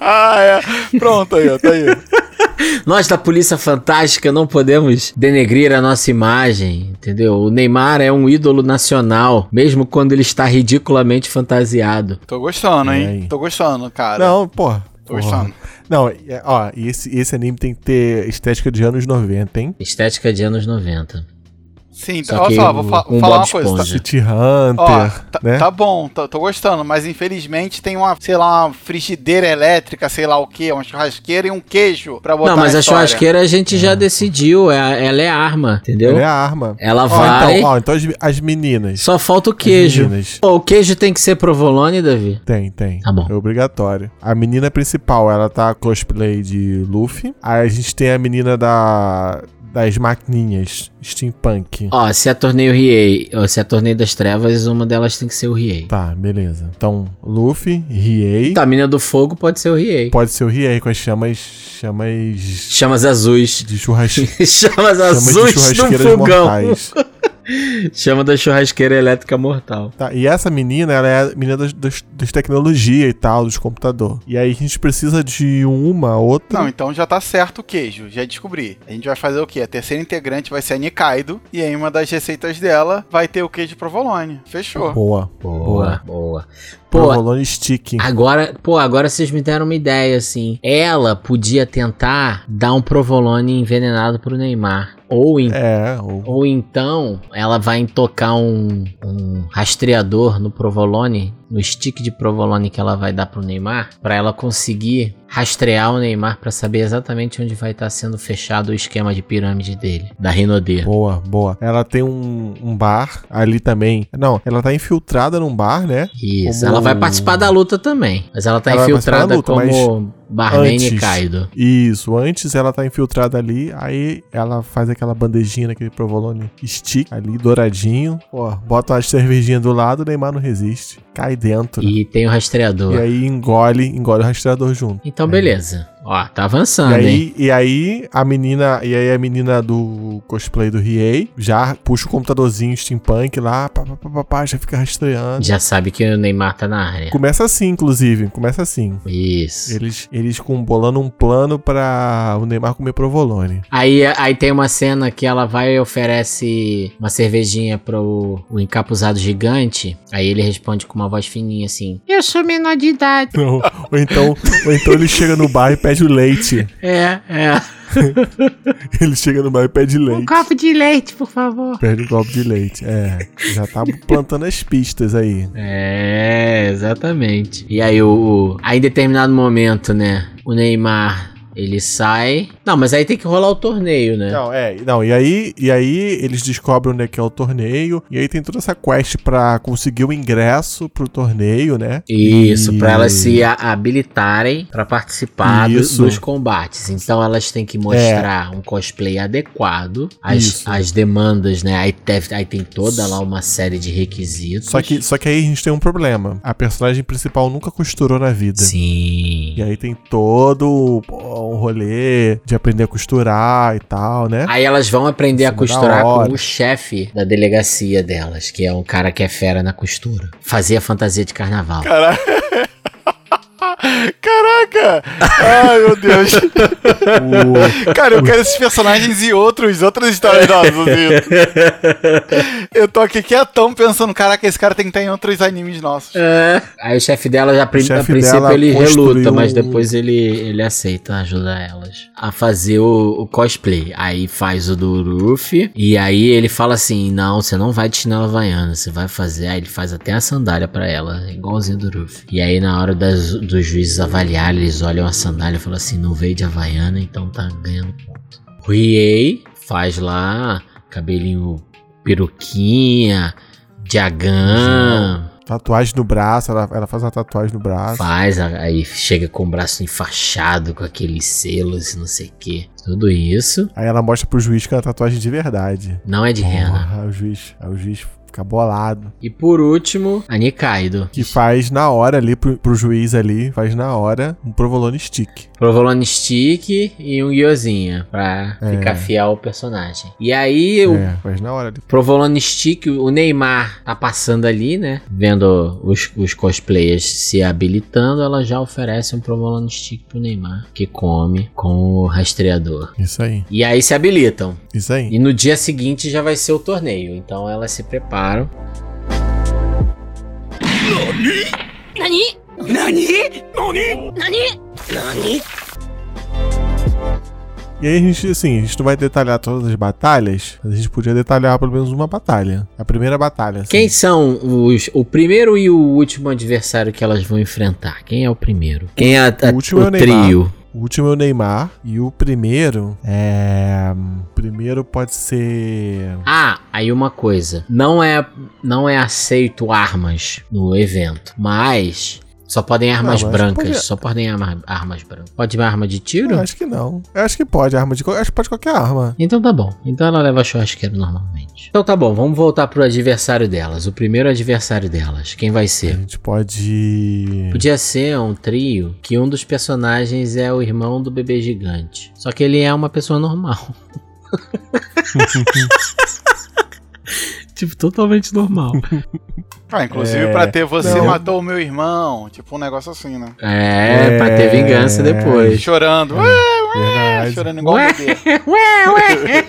Speaker 4: Ah, [laughs] é. Pronto aí, ó. Tá aí.
Speaker 2: [laughs] Nós da Polícia Fantástica não podemos denegrir a nossa imagem, entendeu? O Neymar é um ídolo nacional, mesmo quando ele está ridiculamente fantasiado.
Speaker 4: Tô gostando,
Speaker 3: E
Speaker 4: hein?
Speaker 3: aí?
Speaker 4: Tô gostando, cara.
Speaker 3: Não, porra.
Speaker 4: Tô
Speaker 3: Porra.
Speaker 4: gostando.
Speaker 3: Não, é- ó, e esse, esse anime tem que ter estética de anos 90, hein?
Speaker 2: Estética de anos 90.
Speaker 4: Sim,
Speaker 2: Só
Speaker 4: então, olha
Speaker 2: que
Speaker 4: só, vou
Speaker 2: um-
Speaker 4: fa-
Speaker 2: um
Speaker 4: falar
Speaker 2: Bob
Speaker 4: uma coisa. tá?
Speaker 2: Esponja.
Speaker 3: City Hunter,
Speaker 4: Ó, tá,
Speaker 3: né?
Speaker 4: tá bom, tô, tô gostando, mas infelizmente tem uma, sei lá, uma frigideira elétrica, sei lá o que, uma churrasqueira e um queijo pra botar
Speaker 2: Não, mas
Speaker 4: na
Speaker 2: a
Speaker 4: história.
Speaker 2: churrasqueira a gente já decidiu, é a- ela é a arma, entendeu?
Speaker 3: Ela é
Speaker 2: Ela,
Speaker 3: a arma. Ó,
Speaker 2: vai,
Speaker 3: então, ó, então as, as meninas.
Speaker 2: só falta o queijo.
Speaker 3: meninas.
Speaker 2: Pô, o queijo tem que ser provolone, Davi?
Speaker 3: Tem, tem.
Speaker 2: Tá bom.
Speaker 3: É obrigatório. A menina principal, ela tá cosplay de Luffy. Aí a gente tem a menina da das maquininhas, steampunk.
Speaker 2: Ó, se é torneio Riei, ó, se é torneio das trevas, uma delas tem que ser o Riei. Tá.
Speaker 3: Tá, beleza. Então, Luffy, Riei.
Speaker 2: A mina do fogo pode ser o Riei.
Speaker 3: Pode ser o Riei com as chamas chamas
Speaker 2: Chamas azuis. [laughs]
Speaker 3: de churrasqueira.
Speaker 2: Chamas azuis num fogão. Chama da churrasqueira elétrica mortal.
Speaker 3: Tá, e essa menina, ela é a menina das, das, das tecnologia e tal, dos computador. E aí a gente precisa de uma, outra.
Speaker 4: Não, então já tá certo o queijo, já descobri. A gente vai fazer o quê? A terceira integrante vai ser a Nikaido, e aí uma das receitas dela vai ter o queijo provolone. Fechou.
Speaker 3: Boa.
Speaker 2: Boa, boa. Pô,
Speaker 3: Provolone Stick.
Speaker 2: Agora, pô, agora vocês me deram uma ideia, assim. Ela podia tentar dar um provolone envenenado pro Neymar. Ou, en-
Speaker 3: É, o
Speaker 2: ou então ela vai tocar um, um rastreador no provolone, no stick de provolone que ela vai dar pro Neymar, pra ela conseguir rastrear o Neymar pra saber exatamente onde vai estar sendo fechado o esquema de pirâmide dele, da Rinodê.
Speaker 3: Boa, boa. Ela tem um, um bar ali também. Não, ela tá infiltrada num bar, né?
Speaker 2: Isso,
Speaker 3: Como-
Speaker 2: ela vai participar da luta também, mas ela tá
Speaker 3: Ela vai participar
Speaker 2: infiltrada
Speaker 3: da luta,
Speaker 2: como Barman e
Speaker 3: antes-
Speaker 2: Kaido.
Speaker 3: Isso, antes ela tá infiltrada ali, aí ela faz aquela bandejinha naquele provolone stick ali, douradinho. Ó, bota uma cervejinha do lado, o Neymar não resiste. Cai dentro. E,
Speaker 2: E tem o rastreador.
Speaker 3: aí engole, engole o rastreador junto.
Speaker 2: Então,
Speaker 3: É.
Speaker 2: beleza. Ó, tá
Speaker 3: E
Speaker 2: avançando, hein?
Speaker 3: aí, e aí a menina, e aí a menina do cosplay do Riei já puxa o computadorzinho steampunk lá, pá, pá, pá, pá, pá, já fica rastreando.
Speaker 2: Já sabe que o Neymar tá na área.
Speaker 3: Começa assim, inclusive, começa assim.
Speaker 2: Isso.
Speaker 3: Eles, eles com, bolando um plano pra o Neymar comer provolone.
Speaker 2: Aí, aí tem uma cena que ela vai e oferece uma cervejinha pro o encapuzado gigante. Aí ele responde com uma voz fininha assim: Eu sou menor de idade.
Speaker 3: então Não, ou, então, ou então ele chega no bar e pede o leite.
Speaker 2: É, é.
Speaker 3: Ele chega no bar e pede
Speaker 8: Um
Speaker 3: leite.
Speaker 8: copo de leite, por favor.
Speaker 3: Perde um copo de leite. É, já tá plantando as pistas aí.
Speaker 2: É, exatamente. E aí, o, o- aí em determinado momento, né? O Neymar, ele sai. Não, mas aí tem que rolar o torneio, né?
Speaker 3: Não, é, não, e aí, e aí eles descobrem onde é que é o torneio, e aí tem toda essa quest pra conseguir o ingresso pro torneio, né?
Speaker 2: Isso,
Speaker 3: E-
Speaker 2: pra elas se a- habilitarem pra participar do-
Speaker 3: Isso. É.
Speaker 2: dos combates. Então elas têm que mostrar um cosplay adequado às,
Speaker 3: Isso.
Speaker 2: às demandas, né? Aí, teve- aí tem toda lá uma série de requisitos.
Speaker 3: Só que, só que aí a gente tem um problema. A personagem principal nunca costurou na vida.
Speaker 2: Sim.
Speaker 3: E é? aí tem todo pô, um rolê de aprender a costurar e tal, né?
Speaker 2: Aí elas vão aprender a
Speaker 3: Isso,
Speaker 2: costurar
Speaker 3: da hora.
Speaker 2: com o chefe da delegacia delas, que é um cara que é fera na costura. Fazia fantasia de carnaval.
Speaker 4: Caraca. Caraca! Ai, meu Deus.
Speaker 2: Ah,
Speaker 4: Cara, eu quero esses personagens e outros, outras histórias da Zuzito. Eu tô aqui quietão pensando, caraca, esse cara tem que estar em outros animes nossos.
Speaker 2: Aí o chefe dela, a, prim-
Speaker 3: O chefe
Speaker 2: a princípio,
Speaker 3: dela
Speaker 2: ele reluta,
Speaker 3: construiu
Speaker 2: mas
Speaker 3: um-
Speaker 2: depois ele, ele aceita ajudar elas a fazer o, o cosplay. Aí faz o do Luffy, e aí ele fala assim: Não, você não vai de chinelo havaiana, você vai fazer. Aí ele faz até a sandália pra ela, igualzinho do Luffy. E aí, na hora das- dos juízes avaliar, eles olham a sandália e falam assim: Não veio de havaiana, então tá ganhando ponto. Riei faz lá, cabelinho peruquinha, diagam.
Speaker 3: [laughs] Tatuagem no braço, ela, ela faz uma tatuagem no braço.
Speaker 2: Faz, a- aí chega com o braço enfaixado, com aqueles selos, não sei o que. Tudo isso
Speaker 3: Aí ela mostra pro juiz que é uma tatuagem de verdade.
Speaker 2: não é de rena.
Speaker 3: Porra, aí o juiz, aí o juiz fica bolado.
Speaker 2: E por último, a Nikaido.
Speaker 3: Que faz na hora ali, pro, pro juiz ali, faz na hora um provolone stick.
Speaker 2: Provolone Stick e um guiozinha pra
Speaker 3: É.
Speaker 2: ficar fiel ao personagem. E aí o
Speaker 3: É, faz na hora ali.
Speaker 2: Provolone Stick, o Neymar tá passando ali, né? Vendo os, os cosplayers se habilitando, ela já oferece um Provolone Stick pro Neymar, que come com o rastreador.
Speaker 3: Isso aí,
Speaker 2: E aí se habilitam.
Speaker 3: isso aí.
Speaker 2: E no dia seguinte já vai ser o torneio. Então elas se preparam.
Speaker 3: E aí a gente, assim, a gente não vai detalhar todas as batalhas, mas a gente podia detalhar pelo menos uma batalha. A primeira batalha. assim.
Speaker 2: Quem são os, o primeiro e o último adversário que elas vão enfrentar? Quem é o primeiro? Quem é a, a-
Speaker 3: O último
Speaker 2: o
Speaker 3: é o Neymar.
Speaker 2: trio?
Speaker 3: O último é o Neymar. E o primeiro é. O primeiro pode ser.
Speaker 2: Ah, aí uma coisa. Não é, não é aceito armas no evento, mas só podem armas
Speaker 3: mas
Speaker 2: brancas.
Speaker 3: pode-
Speaker 2: Só podem arma- armas brancas. Pode ir arma de tiro?
Speaker 3: Eu acho que não. Eu acho que pode, arma de. co- Acho que pode qualquer arma.
Speaker 2: Então tá bom. Então ela leva churrasqueiro normalmente. Então tá bom, vamos voltar pro adversário delas. O primeiro adversário delas. Quem vai
Speaker 3: A
Speaker 2: ser?
Speaker 3: gente pode.
Speaker 2: Podia ser um trio que um dos personagens é o irmão do bebê gigante. Só que ele é uma pessoa normal. [laughs] tipo, totalmente normal.
Speaker 4: Ah, inclusive
Speaker 3: É,
Speaker 4: pra ter você
Speaker 3: não.
Speaker 4: matou o meu irmão, tipo um negócio assim, né?
Speaker 2: É, pra ter
Speaker 3: É.
Speaker 2: vingança depois.
Speaker 4: Chorando, ué, ué,
Speaker 3: Verdade.
Speaker 4: chorando igual
Speaker 2: Ué.
Speaker 4: um bebê.
Speaker 2: [laughs] ué, ué!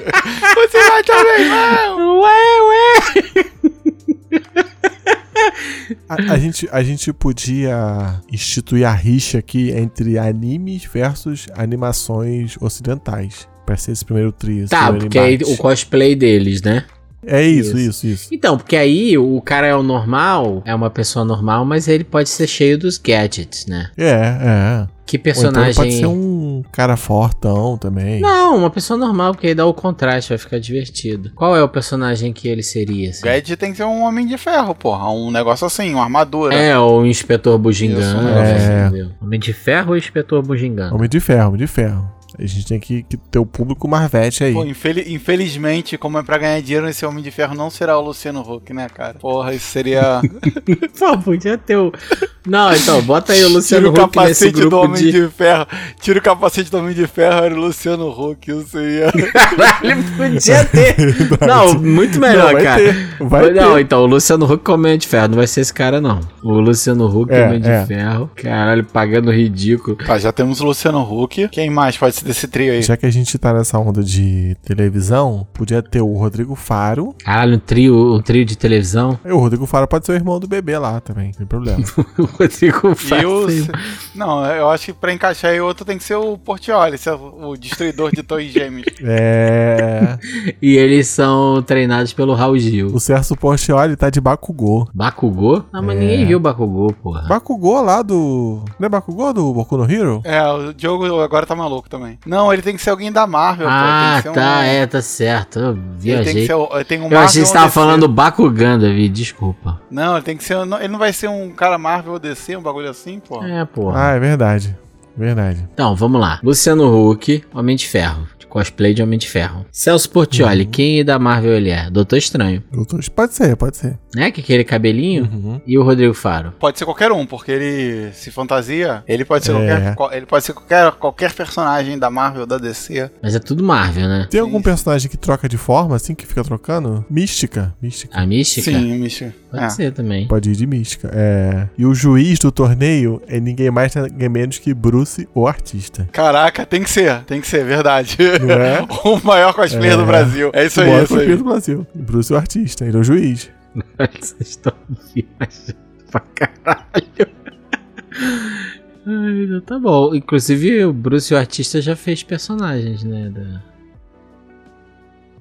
Speaker 4: Você né? matou meu irmão!
Speaker 2: Ué, ué!
Speaker 3: A, a gente, a gente podia instituir a rixa aqui entre animes versus animações ocidentais. Pra ser esse primeiro trio. esse
Speaker 2: Tá,
Speaker 3: primeiro
Speaker 2: porque aí
Speaker 3: embate.
Speaker 2: o cosplay deles, né?
Speaker 3: É isso, isso, isso.
Speaker 2: Então, porque aí o cara é o normal, é uma pessoa normal, mas ele pode ser cheio dos gadgets, né?
Speaker 3: É, é.
Speaker 2: Que
Speaker 3: Ou então ele
Speaker 2: personagem.
Speaker 3: pode ser um cara fortão também.
Speaker 2: Não, uma pessoa normal, porque aí dá o contraste, vai ficar divertido. Qual é o personagem que ele seria? assim?
Speaker 4: Gadget tem que ser um homem de ferro, porra. Um negócio assim, uma armadura.
Speaker 2: É, ou o Inspetor Bugiganga,
Speaker 4: Isso,
Speaker 3: né?
Speaker 2: entendeu? Homem de Ferro ou Inspetor Bugiganga?
Speaker 3: Homem de ferro, homem de ferro. A gente tem que, que ter o público Marvete aí.
Speaker 4: Pô, infeli- infelizmente, como é pra ganhar dinheiro, esse Homem de Ferro não será o Luciano Huck, né, cara? Porra, isso seria.
Speaker 2: [laughs] Pô, podia ter o... Não, então, bota aí o
Speaker 4: Tira
Speaker 2: Luciano
Speaker 4: o
Speaker 2: Huck nesse
Speaker 4: capacete do
Speaker 2: grupo
Speaker 4: Homem de...
Speaker 2: de... [laughs]
Speaker 4: Ferro. Tira o capacete do Homem de Ferro, era o Luciano Huck, isso seria.
Speaker 2: Caralho, Ah,
Speaker 3: [laughs]
Speaker 2: podia ter! não, muito melhor,
Speaker 3: Não, vai
Speaker 2: cara.
Speaker 3: ter, vai
Speaker 2: não,
Speaker 3: ter.
Speaker 2: então, o Luciano Huck com o Homem de Ferro, não vai ser esse cara, não. O Luciano Huck é,
Speaker 3: É,
Speaker 2: Homem de
Speaker 3: é.
Speaker 2: Ferro. Caralho, pagando ridículo.
Speaker 4: [laughs] Tá, já temos o Luciano Huck. Quem mais pode ser desse trio aí?
Speaker 3: Já que a gente tá nessa onda de televisão, podia ter o Rodrigo Faro.
Speaker 2: Caralho, um trio, um trio de televisão. [laughs]
Speaker 3: E o Rodrigo Faro pode ser o irmão do bebê lá também, não tem problema.
Speaker 2: Rodrigo faz.
Speaker 4: E o-
Speaker 2: aí.
Speaker 4: Não, eu acho que pra encaixar aí outro tem que ser o Portioli, esse é o o destruidor de torres gêmeas.
Speaker 3: É.
Speaker 2: E eles são treinados pelo Raul Gil.
Speaker 3: o Celso Portioli tá de Bakugou.
Speaker 2: Bakugou? Ah, mas
Speaker 3: É.
Speaker 2: ninguém viu Bakugou, porra.
Speaker 3: Bakugou lá do. Não é Bakugou do Boku no Hero?
Speaker 4: [laughs] É, o Diogo agora tá maluco também. Não, ele tem que ser alguém da Marvel. pô,
Speaker 2: ah,
Speaker 4: tem que ser um-
Speaker 2: tá, é, tá certo. Eu
Speaker 4: Ele tem que
Speaker 2: viajei.
Speaker 4: ser o- tem um
Speaker 2: Eu achei que você tava
Speaker 4: ou DC.
Speaker 2: falando Bakugan, Davi, desculpa.
Speaker 4: Não, ele tem que ser. não, Ele não vai ser um cara Marvel ou DC, um bagulho assim, pô.
Speaker 2: É, porra.
Speaker 3: Ah, é verdade. Verdade.
Speaker 2: Então, vamos lá. Luciano Huck, Homem de Ferro. de Cosplay de Homem de Ferro. Celso Portioli, quem da Marvel ele é? Doutor Estranho.
Speaker 3: Doutor- Pode ser, pode ser.
Speaker 2: Né? Que aquele cabelinho.
Speaker 3: Uhum.
Speaker 2: E o Rodrigo Faro.
Speaker 4: Pode ser qualquer um, porque ele se fantasia. Ele pode ser,
Speaker 3: É.
Speaker 4: qualquer, qual- ele pode ser qualquer, qualquer personagem da Marvel ou da DC.
Speaker 2: Mas é tudo Marvel, né?
Speaker 3: Tem
Speaker 4: Sim,
Speaker 3: algum
Speaker 4: sim.
Speaker 3: personagem que troca de forma, assim, que fica trocando? Mística. Mística.
Speaker 2: A mística?
Speaker 4: Sim, é. Michel.
Speaker 2: Pode ser também.
Speaker 3: Pode ir de mística. É. E o juiz do torneio é ninguém mais, ninguém menos que Bruce, o artista.
Speaker 4: Caraca, tem que ser, tem que ser, verdade.
Speaker 3: Não é?
Speaker 4: [laughs] o maior cosplayer do
Speaker 3: É.
Speaker 4: Brasil. É isso aí,
Speaker 3: Bora
Speaker 4: é
Speaker 3: pro
Speaker 4: isso aí.
Speaker 3: Pedro Brasil. E Bruce, o artista. Ele é o juiz.
Speaker 2: Vocês estão viajando pra caralho. Ai, não, tá bom. Inclusive, o Bruce, o artista, já fez personagens, né? da-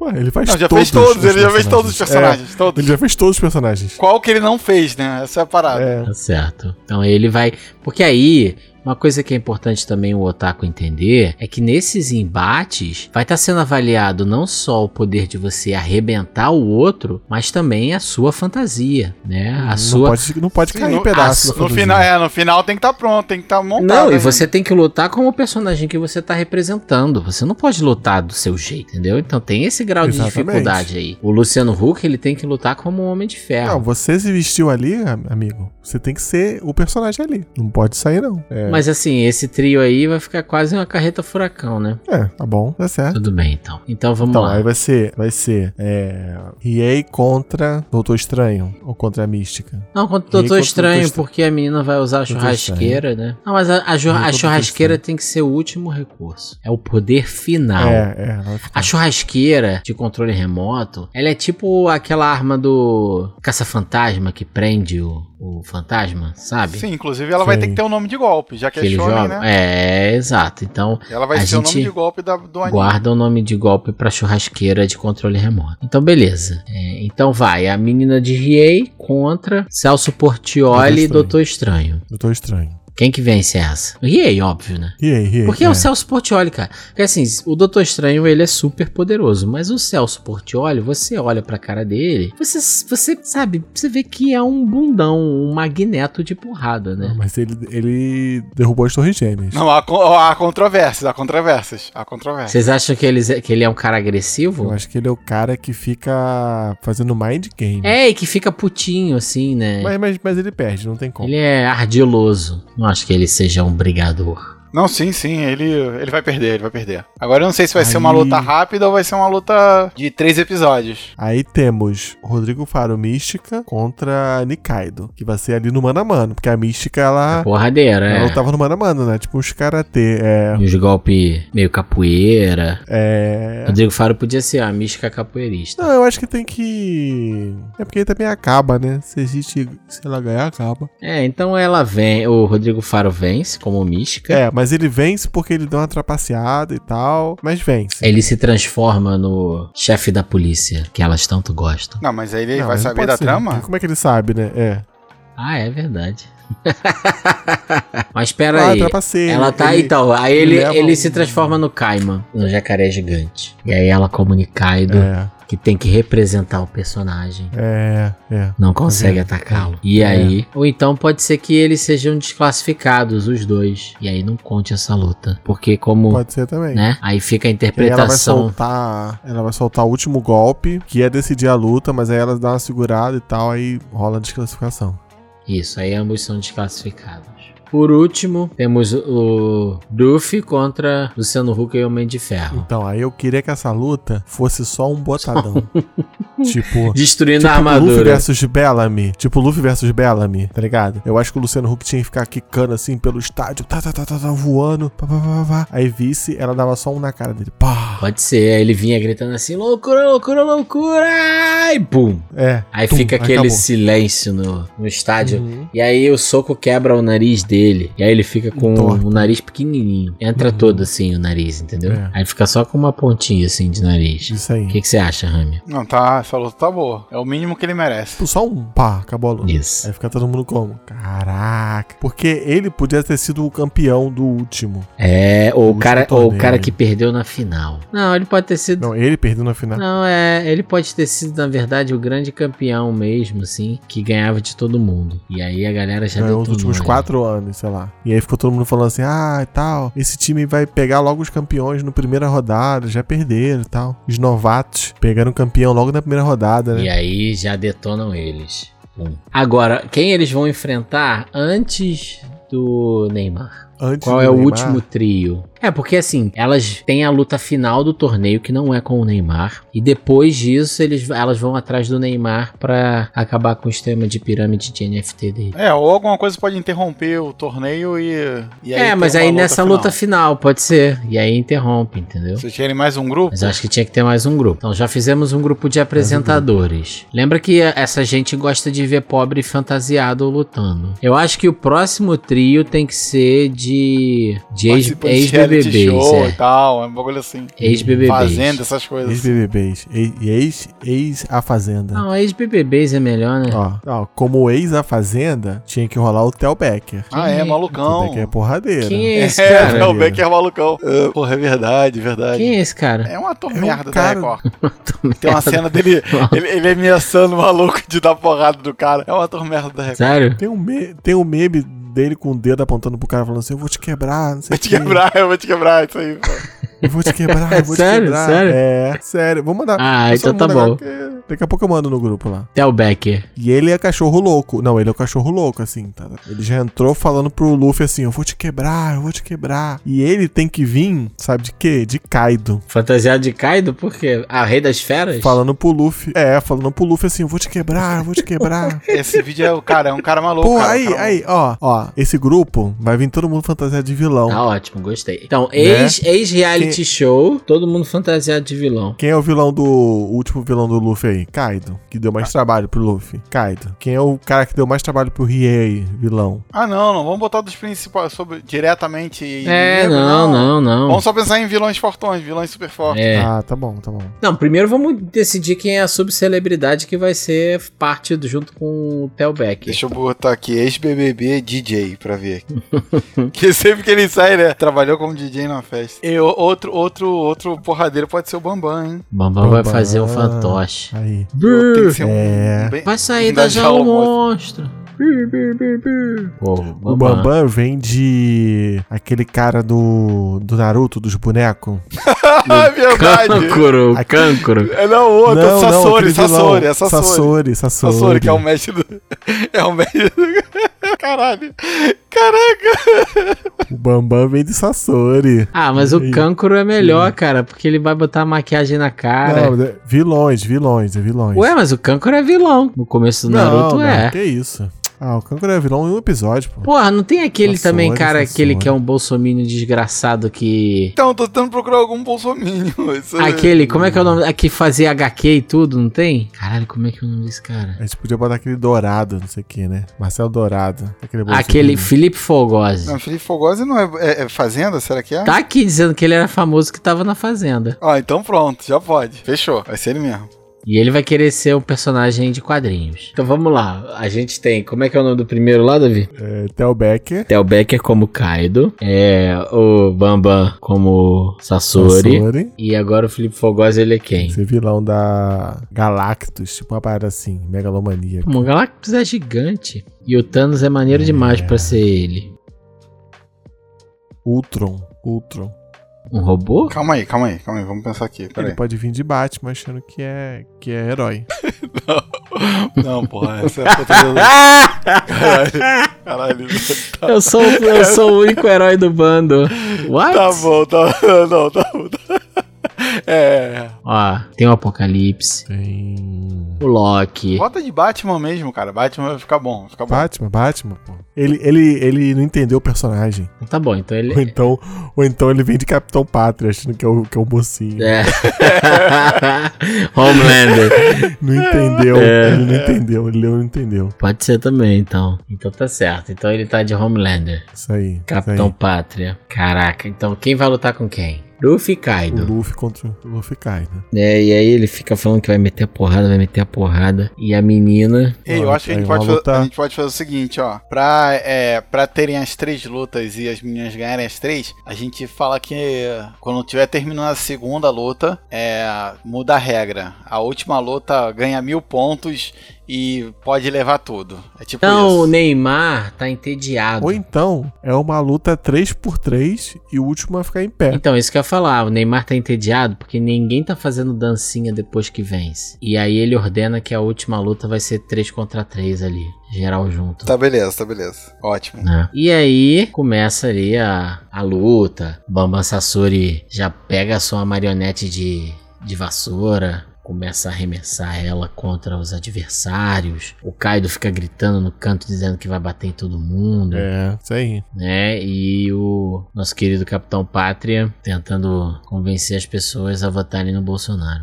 Speaker 3: Ué, ele faz
Speaker 4: Não, já
Speaker 3: todos
Speaker 4: fez
Speaker 3: os
Speaker 4: todos, ele já fez
Speaker 3: personagens.
Speaker 4: todos os personagens.
Speaker 3: É,
Speaker 4: Todos.
Speaker 3: ele já fez todos os personagens.
Speaker 4: Qual que ele não fez, né? Essa é a parada.
Speaker 3: É.
Speaker 2: Tá certo. Então ele vai. Porque aí, uma coisa que é importante também o Otaku entender é que nesses embates vai estar sendo avaliado não só o poder de você arrebentar o outro, mas também a sua fantasia, né? A
Speaker 3: Não
Speaker 2: sua.
Speaker 3: pode, não pode
Speaker 4: Sim,
Speaker 3: cair em
Speaker 4: no-
Speaker 3: um pedaço. da
Speaker 4: No
Speaker 3: fantasia.
Speaker 4: final, é, no final tem que estar pronto, tem que estar montado.
Speaker 2: Não, e
Speaker 4: né?
Speaker 2: você tem que lutar como o personagem que você tá representando. Você não pode lutar do seu jeito, entendeu? Então tem esse grau de
Speaker 3: Exatamente.
Speaker 2: dificuldade aí. O Luciano Huck, ele tem que lutar como um homem de ferro.
Speaker 3: Não, você se vestiu ali, am- amigo. Você tem que ser o personagem ali. Não pode sair, não. É,
Speaker 2: Mas assim, esse trio aí vai ficar quase uma carreta furacão, né?
Speaker 3: é, tá bom, tá certo.
Speaker 2: Tudo bem, então. Então vamos
Speaker 3: Então,
Speaker 2: lá.
Speaker 3: aí vai ser, vai ser, é, EA contra Doutor Estranho, ou contra a Mística.
Speaker 2: Não, contra o
Speaker 3: E
Speaker 2: Doutor
Speaker 3: aí, contra o Doutor
Speaker 2: Estranho,
Speaker 3: Estranho.
Speaker 2: porque a menina vai usar a
Speaker 3: Doutor
Speaker 2: churrasqueira, né? Não, mas a, a ju-
Speaker 3: E aí,
Speaker 2: a
Speaker 3: contra o Doutor
Speaker 2: churrasqueira
Speaker 3: Estranho.
Speaker 2: tem que ser o último recurso. É o poder final.
Speaker 3: É, é, ela vai ficar.
Speaker 2: A churrasqueira de controle remoto, ela é tipo aquela arma do caça-fantasma que prende o, o fantasma, sabe?
Speaker 4: Sim, inclusive ela vai
Speaker 3: Sim.
Speaker 4: ter que ter o nome de golpe, já que,
Speaker 2: Que
Speaker 4: é
Speaker 2: ele
Speaker 4: shonen,
Speaker 2: joga.
Speaker 4: né?
Speaker 2: É, exato. Então,
Speaker 4: Ela vai
Speaker 2: A
Speaker 4: ser o nome
Speaker 2: gente
Speaker 4: de golpe da, do anime.
Speaker 2: guarda o nome de golpe pra churrasqueira de controle remoto. Então, beleza. É, então vai, a menina de Riei contra Celso Portioli e Doutor
Speaker 3: Doutor
Speaker 2: Estranho.
Speaker 3: Doutor Estranho.
Speaker 2: Quem que vence essa? Riei, óbvio, né?
Speaker 3: EA, EA.
Speaker 2: Porque
Speaker 3: é.
Speaker 2: é o Celso Portioli, cara. Porque assim, o Doutor Estranho, ele é super poderoso. Mas o Celso Portioli, você olha pra cara dele, você, você sabe, você vê que é um bundão, um magneto de porrada,
Speaker 3: Não,
Speaker 2: né?
Speaker 3: Mas ele, ele derrubou as Torres Gêmeas.
Speaker 4: Não, há, co- há controvérsias, há controvérsias, há controvérsias.
Speaker 2: Vocês acham que ele, que ele é um cara
Speaker 3: É. Eu
Speaker 2: agressivo?
Speaker 3: acho que ele é o cara que fica fazendo mind game.
Speaker 2: É, e que fica putinho, assim, né?
Speaker 3: Mas, mas, mas ele perde, não tem como.
Speaker 2: Ele é ardiloso. Não acho que ele seja um brigador.
Speaker 4: Não, sim, sim, ele, ele vai perder, ele vai perder. Agora eu não sei se vai ser uma
Speaker 3: Aí-
Speaker 4: luta rápida ou vai ser uma luta de três episódios.
Speaker 3: Aí temos Rodrigo Faro Mística contra Nikaido, que vai ser ali no mano a mano, porque a Mística ela,
Speaker 2: Porradeira, é.
Speaker 3: ela lutava no mano a mano, né? Tipo os karatê, é,
Speaker 2: E Os golpes meio capoeira.
Speaker 3: é...
Speaker 2: Rodrigo Faro podia ser a mística capoeirista.
Speaker 3: Não, eu acho que tem que... É porque também acaba, né? Se a gente, se ela ganhar, acaba.
Speaker 2: É, então ela vem, o Rodrigo Faro vence como mística.
Speaker 3: É, mas ele vence porque ele deu uma trapaceada e tal, mas vence.
Speaker 2: Ele se transforma no chefe da polícia, que elas tanto gostam.
Speaker 4: Não, mas aí ele
Speaker 3: Não,
Speaker 4: vai
Speaker 3: mas não
Speaker 4: saber
Speaker 3: pode
Speaker 4: da
Speaker 3: ser.
Speaker 4: trama?
Speaker 3: Como é que ele sabe, né? É.
Speaker 2: Ah, é verdade. [laughs] Mas espera
Speaker 3: Ah,
Speaker 2: aí.
Speaker 3: trapaceia.
Speaker 2: Ela tá
Speaker 3: Ele-
Speaker 2: então, aí
Speaker 3: ele
Speaker 2: ele,
Speaker 3: leva
Speaker 2: ele
Speaker 3: um-
Speaker 2: se transforma no Kaiman, no jacaré gigante. E aí ela comunica Kaido
Speaker 3: É,
Speaker 2: que tem que representar o personagem.
Speaker 3: é, é.
Speaker 2: Não consegue atacá-lo. E
Speaker 3: É.
Speaker 2: aí? Ou então pode ser que eles sejam desclassificados, os dois. E aí não conte essa luta. Porque como.
Speaker 3: Pode ser também.
Speaker 2: Né? Aí fica a
Speaker 3: E aí ela vai
Speaker 2: interpretação.
Speaker 3: soltar. Ela vai soltar o último golpe, que é decidir a luta, mas aí ela dá uma segurada e tal, aí rola a desclassificação.
Speaker 2: Isso, aí ambos são desclassificados. Por último, temos o Duffy contra Luciano Huck e o Homem de Ferro.
Speaker 3: Então, aí eu queria que essa luta fosse só um botadão. [laughs] tipo.
Speaker 2: Destruindo
Speaker 3: Tipo,
Speaker 2: a
Speaker 3: Luffy
Speaker 2: um. armadura.
Speaker 3: versus Bellamy. Tipo, Luffy versus Bellamy, tá ligado? Eu acho que o Luciano Huck tinha que ficar quicando assim pelo estádio, tá, tá, tá, tá, tá voando, pá, pá, pá, pá, pá. Aí vice, ela dava só um na cara dele. Pá!
Speaker 2: Pode ser, aí ele vinha gritando assim, loucura, loucura, loucura, e pum.
Speaker 3: É.
Speaker 2: Aí
Speaker 3: tum,
Speaker 2: fica aquele
Speaker 3: acabou.
Speaker 2: silêncio no, no estádio.
Speaker 3: Uhum.
Speaker 2: E aí o soco quebra o nariz dele. E aí ele fica com
Speaker 3: Torto.
Speaker 2: o nariz pequenininho. Entra todo assim o nariz, entendeu?
Speaker 3: Hum. É.
Speaker 2: Aí fica só com uma pontinha assim de nariz.
Speaker 3: Isso
Speaker 2: O
Speaker 3: aí.
Speaker 2: que que você acha, Rami?
Speaker 4: Não, tá, essa luta tá boa. É o mínimo que ele merece.
Speaker 3: Tipo, só um pá, acabou a luta.
Speaker 2: Isso.
Speaker 3: Aí fica todo mundo como? Caraca. Porque ele podia ter sido o campeão do último.
Speaker 2: É, ou o
Speaker 3: Vamos
Speaker 2: cara,
Speaker 3: pro
Speaker 2: ou o
Speaker 3: torneio.
Speaker 2: cara que perdeu na final. Não, ele pode ter sido.
Speaker 3: Não, ele perdeu na final.
Speaker 2: Não, é. Ele pode ter sido, na verdade, o grande campeão mesmo, assim, que ganhava de todo mundo. E aí a galera já deu
Speaker 3: Ganhou os
Speaker 2: tudo né?
Speaker 3: últimos
Speaker 2: mole.
Speaker 3: quatro anos, sei lá. E aí ficou todo mundo falando assim: ah, e tal, esse time vai pegar logo os campeões no primeira rodada, já perderam e tal. Os novatos pegaram o campeão logo na primeira rodada, né?
Speaker 2: E aí já detonam eles. Pum. Agora, quem eles vão enfrentar antes do Neymar?
Speaker 3: Antes
Speaker 2: Qual
Speaker 3: do
Speaker 2: é o
Speaker 3: Neymar,
Speaker 2: último trio? É, porque assim, elas têm a luta final do torneio, que não é com o Neymar. E depois disso, eles, elas vão atrás do Neymar pra acabar com o esquema de pirâmide de NFT dele.
Speaker 4: É, ou alguma coisa pode interromper o torneio e. e
Speaker 2: é,
Speaker 4: ter
Speaker 2: mas
Speaker 4: uma
Speaker 2: aí nessa luta final, pode ser. E aí interrompe, entendeu?
Speaker 4: Vocês querem mais um grupo?
Speaker 2: Mas eu acho que tinha que ter mais um grupo. Então já fizemos um grupo de apresentadores. Lembra que essa gente gosta de ver pobre fantasiado lutando. Eu acho que o próximo trio tem que ser de, de ex-
Speaker 4: Participa de reality
Speaker 2: ex-BBBs.
Speaker 4: show
Speaker 2: é.
Speaker 4: e tal, é um bagulho assim.
Speaker 2: Ex-BBBs.
Speaker 4: Fazenda, essas coisas.
Speaker 3: Ex-BBBs. e- e Ex, ex a Fazenda.
Speaker 2: Não, ex-BBBs é melhor, né?
Speaker 3: Ó, ó, como ex a Fazenda, tinha que rolar o Theo Becker.
Speaker 4: Ah, é,
Speaker 3: O Theo
Speaker 4: malucão.
Speaker 3: Becker é porradeira.
Speaker 2: Quem é esse
Speaker 4: É,
Speaker 2: cara?
Speaker 4: não, o Becker é malucão. Ah, Porra, é verdade, verdade.
Speaker 2: Quem é esse cara?
Speaker 4: É um ator
Speaker 3: É um
Speaker 4: merda
Speaker 3: cara-
Speaker 4: da Record. [laughs] Tem uma cena dele ele, ele ameaçando o maluco de dar porrada do cara. É um ator merda da
Speaker 2: [laughs]
Speaker 4: Record.
Speaker 2: Sério?
Speaker 3: Tem um, me tem um meme dele com o dedo apontando pro cara falando assim: Eu vou te quebrar, não sei
Speaker 4: Vou
Speaker 3: o
Speaker 4: te
Speaker 3: quê.
Speaker 4: quebrar, eu vou te quebrar isso aí. pô.
Speaker 3: Eu vou te quebrar,
Speaker 2: [laughs]
Speaker 3: eu vou
Speaker 2: Sério,
Speaker 3: te quebrar.
Speaker 2: sério?
Speaker 3: É, sério. Vou mandar.
Speaker 2: Ah,
Speaker 3: eu só
Speaker 2: então tá
Speaker 3: mando
Speaker 2: bom.
Speaker 3: agora, porque Daqui a pouco eu mando no grupo lá.
Speaker 2: Theo Becker.
Speaker 3: E ele é cachorro louco. Não, ele é o cachorro louco, assim. Tá? Ele já entrou falando pro Luffy assim: Eu vou te quebrar, eu vou te quebrar. E ele tem que vir, sabe de quê? De Kaido.
Speaker 2: Fantasiado de Kaido? Por quê? Ah, Rei das Feras?
Speaker 3: Falando pro Luffy. É, falando pro Luffy assim: Eu vou te quebrar, eu vou te
Speaker 4: [laughs]
Speaker 3: quebrar.
Speaker 4: Esse vídeo é o cara, é um cara maluco.
Speaker 3: Pô,
Speaker 4: cara, um
Speaker 3: aí,
Speaker 4: cara
Speaker 3: aí, ó, ó. Esse grupo vai vir todo mundo fantasiado de vilão.
Speaker 2: Tá ótimo, gostei. Então, ex- ex-reality
Speaker 3: Que-
Speaker 2: show, todo mundo fantasiado de vilão.
Speaker 3: Quem é o vilão do. O último vilão do Luffy aí? Kaido. Que deu mais trabalho pro Luffy. Kaido. Quem é o cara que deu mais trabalho pro Riei, vilão?
Speaker 4: Ah, não, não. Vamos botar dos principais sobre, diretamente. e-
Speaker 2: É,
Speaker 4: e-
Speaker 2: não, não, não.
Speaker 4: Vamos só pensar em vilões fortões, vilões super fortes.
Speaker 2: É.
Speaker 3: Ah, tá bom, tá bom.
Speaker 2: Não, primeiro vamos decidir quem é a subcelebridade que vai ser parte do, junto com o Theo Becker.
Speaker 4: Deixa eu botar aqui, ex-BBB DJ, pra ver. [laughs] que sempre que ele sai, né? Trabalhou como DJ na festa. E o- outro, outro, outro porradeiro pode ser o Bambam, hein?
Speaker 2: Bambam vai
Speaker 3: Bambam.
Speaker 2: fazer um fantoche.
Speaker 3: Aí.
Speaker 4: Tem que ser um...
Speaker 3: É.
Speaker 4: bem-
Speaker 2: Vai sair
Speaker 4: um
Speaker 2: da
Speaker 4: da
Speaker 2: jaula
Speaker 4: jaula,
Speaker 2: o monstro. Pô,
Speaker 3: O
Speaker 2: Bambam.
Speaker 3: Bambam vem de. aquele cara do. do Naruto, dos bonecos.
Speaker 4: [laughs] Ah, verdade!
Speaker 2: Cancro,
Speaker 3: Aqui-
Speaker 2: cancro.
Speaker 4: É não, o outro,
Speaker 3: Não, não,
Speaker 4: Sassori,
Speaker 3: aquele vilão.
Speaker 4: Sassori, é Sassori. Sassori.
Speaker 3: Sassori, Sassori.
Speaker 4: que é o mestre do... [laughs] É o mestre do... [laughs] Caralho. Caraca.
Speaker 3: O Bambam vem de Sassori.
Speaker 2: Ah, mas o
Speaker 3: Ih,
Speaker 2: cancro é melhor, cara, porque ele vai botar maquiagem na cara.
Speaker 3: Não, é- vilões, vilões, é vilões.
Speaker 2: Ué, mas o cancro é vilão. No começo do Naruto
Speaker 3: não,
Speaker 2: é.
Speaker 3: Que isso? Ah, o Kankura é vilão em um episódio, pô.
Speaker 2: Porra, não tem aquele
Speaker 3: Nossa,
Speaker 2: também,
Speaker 3: olha
Speaker 2: cara,
Speaker 3: essa
Speaker 2: aquele
Speaker 3: senhora.
Speaker 2: que é um bolsominion desgraçado que.
Speaker 4: Então, tô tentando procurar algum bolsominho. [laughs] Isso-
Speaker 2: Aquele, como é que é o nome? a que fazia HQ e tudo, não tem? Caralho, como é que é o nome desse cara?
Speaker 3: A gente podia botar aquele dourado, não sei o que, né? Marcelo Dourado. Aquele bolso
Speaker 2: Aquele
Speaker 3: dele.
Speaker 2: Felipe Fogosi.
Speaker 4: Não, Felipe Fogosi não é, é- é Fazenda? Será que é?
Speaker 2: Tá aqui dizendo que ele era famoso que tava na fazenda.
Speaker 4: Ó, então pronto, já pode. Fechou, vai ser ele mesmo.
Speaker 2: E ele vai querer ser um personagem de quadrinhos. Então vamos lá. A gente tem. Como é que é o nome do primeiro lá, Davi?
Speaker 3: É, Theo Becker.
Speaker 2: Theo Becker como Kaido. É. O Bambam como Sasori.
Speaker 3: Sassori.
Speaker 2: E agora o Felipe Fogosi, ele é quem?
Speaker 3: Esse vilão da Galactus, tipo uma parada assim, megalomania.
Speaker 2: Pô, O Galactus é gigante. E o Thanos é maneiro demais pra ser ele.
Speaker 3: Ultron, Ultron.
Speaker 2: Um robô?
Speaker 4: Calma aí, calma aí, calma aí. Vamos pensar aqui.
Speaker 3: Ele
Speaker 4: Peraí.
Speaker 3: pode vir de Batman achando que é, que é herói.
Speaker 4: Não, [laughs] porra, essa é a foto do. Caralho. Caralho.
Speaker 2: Eu sou, eu sou o único herói do bando. What?
Speaker 4: Tá bom, tá. Não, tá bom. tá- É.
Speaker 2: Ó, tem o Apocalipse,
Speaker 3: Tem.
Speaker 2: o Loki.
Speaker 4: Bota de Batman mesmo, cara. Batman vai ficar bom, vai ficar bom.
Speaker 3: Batman, Batman, pô. Ele, ele, ele não entendeu o personagem.
Speaker 2: Tá bom, então
Speaker 3: Ou,
Speaker 2: ele.
Speaker 3: então, ou então ele vem de Capitão Pátria, achando que é o, que é o mocinho.
Speaker 2: [laughs] É. Homelander.
Speaker 3: Não entendeu.
Speaker 2: É.
Speaker 3: Ele não entendeu. Ele não entendeu.
Speaker 2: Pode ser também, então. Então tá certo. Então ele tá de Homelander.
Speaker 3: Isso aí. isso
Speaker 2: Capitão
Speaker 3: aí.
Speaker 2: Pátria. Caraca, então quem vai lutar com quem? Luffy e Kaido.
Speaker 3: O Luffy contra o Luffy cai, né?
Speaker 2: É, e aí ele fica falando que vai meter a porrada, vai meter a porrada. E a menina.
Speaker 4: Ei, eu
Speaker 3: Bora,
Speaker 4: acho que a
Speaker 3: aí,
Speaker 4: gente,
Speaker 3: vamos
Speaker 4: pode fazer, a
Speaker 3: lutar.
Speaker 4: gente pode fazer o seguinte, ó. Pra, é, pra terem as três lutas e as meninas ganharem as três, a gente fala que quando tiver terminando a segunda luta, é, muda a regra. A última luta ganha mil pontos e pode levar tudo. É tipo
Speaker 2: Não, Então, o
Speaker 4: isso.
Speaker 2: Neymar tá entediado.
Speaker 3: Ou então, é uma luta 3x3 e o último vai ficar em pé.
Speaker 2: Então, isso que eu ia falar. O Neymar tá entediado porque ninguém tá fazendo dancinha depois que vence. E aí ele ordena que a última luta vai ser 3 contra 3 ali. Geral junto.
Speaker 4: Tá beleza, tá beleza. Ótimo.
Speaker 2: né? E aí começa ali a, a luta. Bambam Sassori já pega a sua marionete de, de vassoura. Começa a arremessar ela contra os adversários. O Kaido fica gritando no canto, dizendo que vai bater em todo mundo
Speaker 3: É, isso aí.
Speaker 2: né? E o nosso querido Capitão Pátria tentando convencer as pessoas a votarem no Bolsonaro.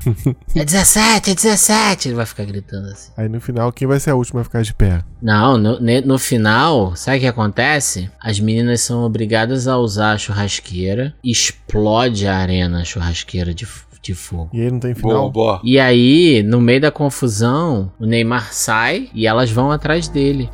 Speaker 2: é 17, é 17! Ele vai ficar gritando assim.
Speaker 3: Aí no final, quem vai ser a última a ficar de pé?
Speaker 2: Não, no, ne- no final, sabe o que acontece? As meninas são obrigadas a usar a churrasqueira, explode a arena churrasqueira de, f- de fogo.
Speaker 3: E aí não tem final?
Speaker 4: boa.
Speaker 2: E aí, no meio da confusão, o Neymar sai e elas vão atrás dele.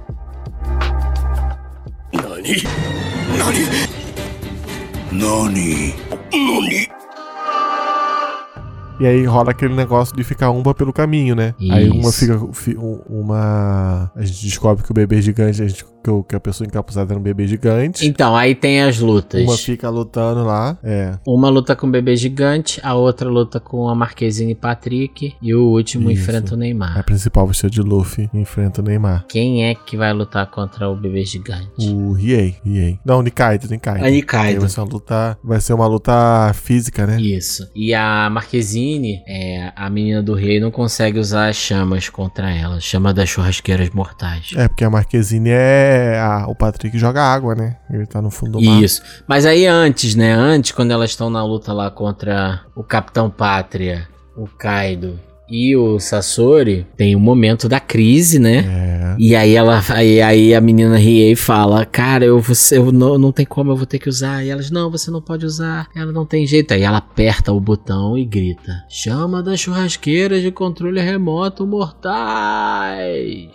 Speaker 3: E aí rola aquele negócio de ficar uma pelo caminho, né? Aí uma
Speaker 2: Isso.
Speaker 3: fica. fi- um- Uma. A gente descobre que o bebê gigante, a gente- que, o- que a pessoa encapuzada era um bebê gigante.
Speaker 2: Então, aí tem as lutas.
Speaker 3: Uma fica lutando lá. É.
Speaker 2: Uma luta com o bebê gigante, a outra luta com a Marquezine e Patrick. E o último
Speaker 3: Isso. É
Speaker 2: enfrenta o Neymar.
Speaker 3: A principal vestida de Luffy e enfrenta o Neymar.
Speaker 2: Quem é que vai lutar contra o bebê gigante?
Speaker 3: O Riei. Riei. Não, Nikaido, Nikaido.
Speaker 2: A É Nikaido.
Speaker 3: Aí Vai ser uma luta. Vai ser uma luta física, né?
Speaker 2: Isso. E a Marquezine, é, a menina do rei, não consegue usar as chamas contra ela. Chama das churrasqueiras mortais.
Speaker 3: É, porque a Marquezine é. a- o Patrick joga água, né? Ele tá no fundo do mar.
Speaker 2: Isso. Mas aí antes, né? Antes, quando elas estão na luta lá contra o Capitão Pátria, o Kaido e o Sasori, tem o momento da crise, né?
Speaker 3: É.
Speaker 2: E aí ela aí, aí a menina ri e fala: Cara, eu, você, eu não, não tem como, eu vou ter que usar. E elas, não, você não pode usar, ela não tem jeito. Aí ela aperta o botão e grita: Chama das churrasqueiras de controle remoto mortais!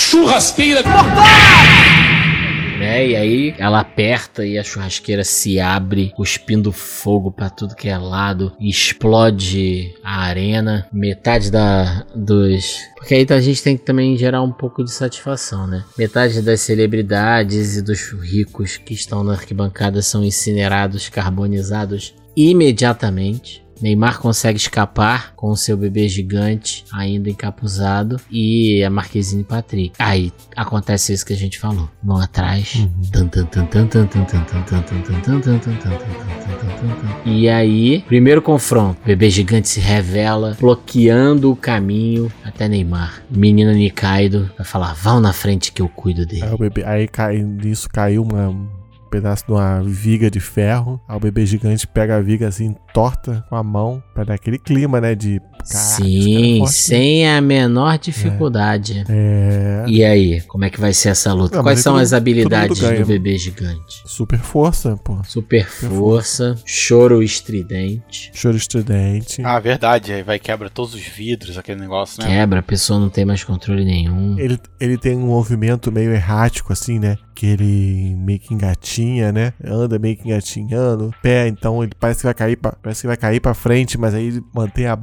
Speaker 6: Churrasqueira
Speaker 2: Né? E aí ela aperta e a churrasqueira se abre, cuspindo fogo pra tudo que é lado, e explode a arena, metade da dos. Porque aí tá, a gente tem que também gerar um pouco de satisfação, né? Metade das celebridades e dos ricos que estão na arquibancada são incinerados, carbonizados imediatamente. Neymar consegue escapar com o seu bebê gigante ainda encapuzado e a Marquezine Patrick. Aí acontece isso que a gente falou. Vão atrás. E aí, primeiro confronto. Bebê gigante se revela, bloqueando o caminho até Neymar. Menina Nikaido vai falar: vão na frente que eu cuido
Speaker 3: Aí o
Speaker 2: dele.
Speaker 3: bebê. Aí cai, nisso caiu uma- um pedaço de uma viga de ferro. Aí o bebê gigante pega a viga assim, torta com a mão, pra dar aquele clima, né? De. Caraca, esse cara é
Speaker 2: Sim,
Speaker 3: forte.
Speaker 2: sem a menor dificuldade.
Speaker 3: É.
Speaker 2: E aí, como é que vai ser essa luta?
Speaker 3: Não, mas
Speaker 2: Quais
Speaker 3: aí
Speaker 2: são
Speaker 3: todo-
Speaker 2: as
Speaker 3: todo mundo
Speaker 2: habilidades
Speaker 3: ganha.
Speaker 2: do bebê gigante?
Speaker 3: Super força, pô.
Speaker 2: Super força, choro estridente,
Speaker 3: Choro estridente.
Speaker 4: Ah, verdade. Aí vai quebra todos os vidros, aquele negócio, né?
Speaker 2: quebra, a pessoa não tem mais controle nenhum.
Speaker 3: Ele, ele tem um movimento meio errático, assim, né? Que ele meio que engatinha, né? Anda meio que engatinhando. Pé, então ele parece que vai cair pra, parece que vai cair pra frente, mas aí ele mantém a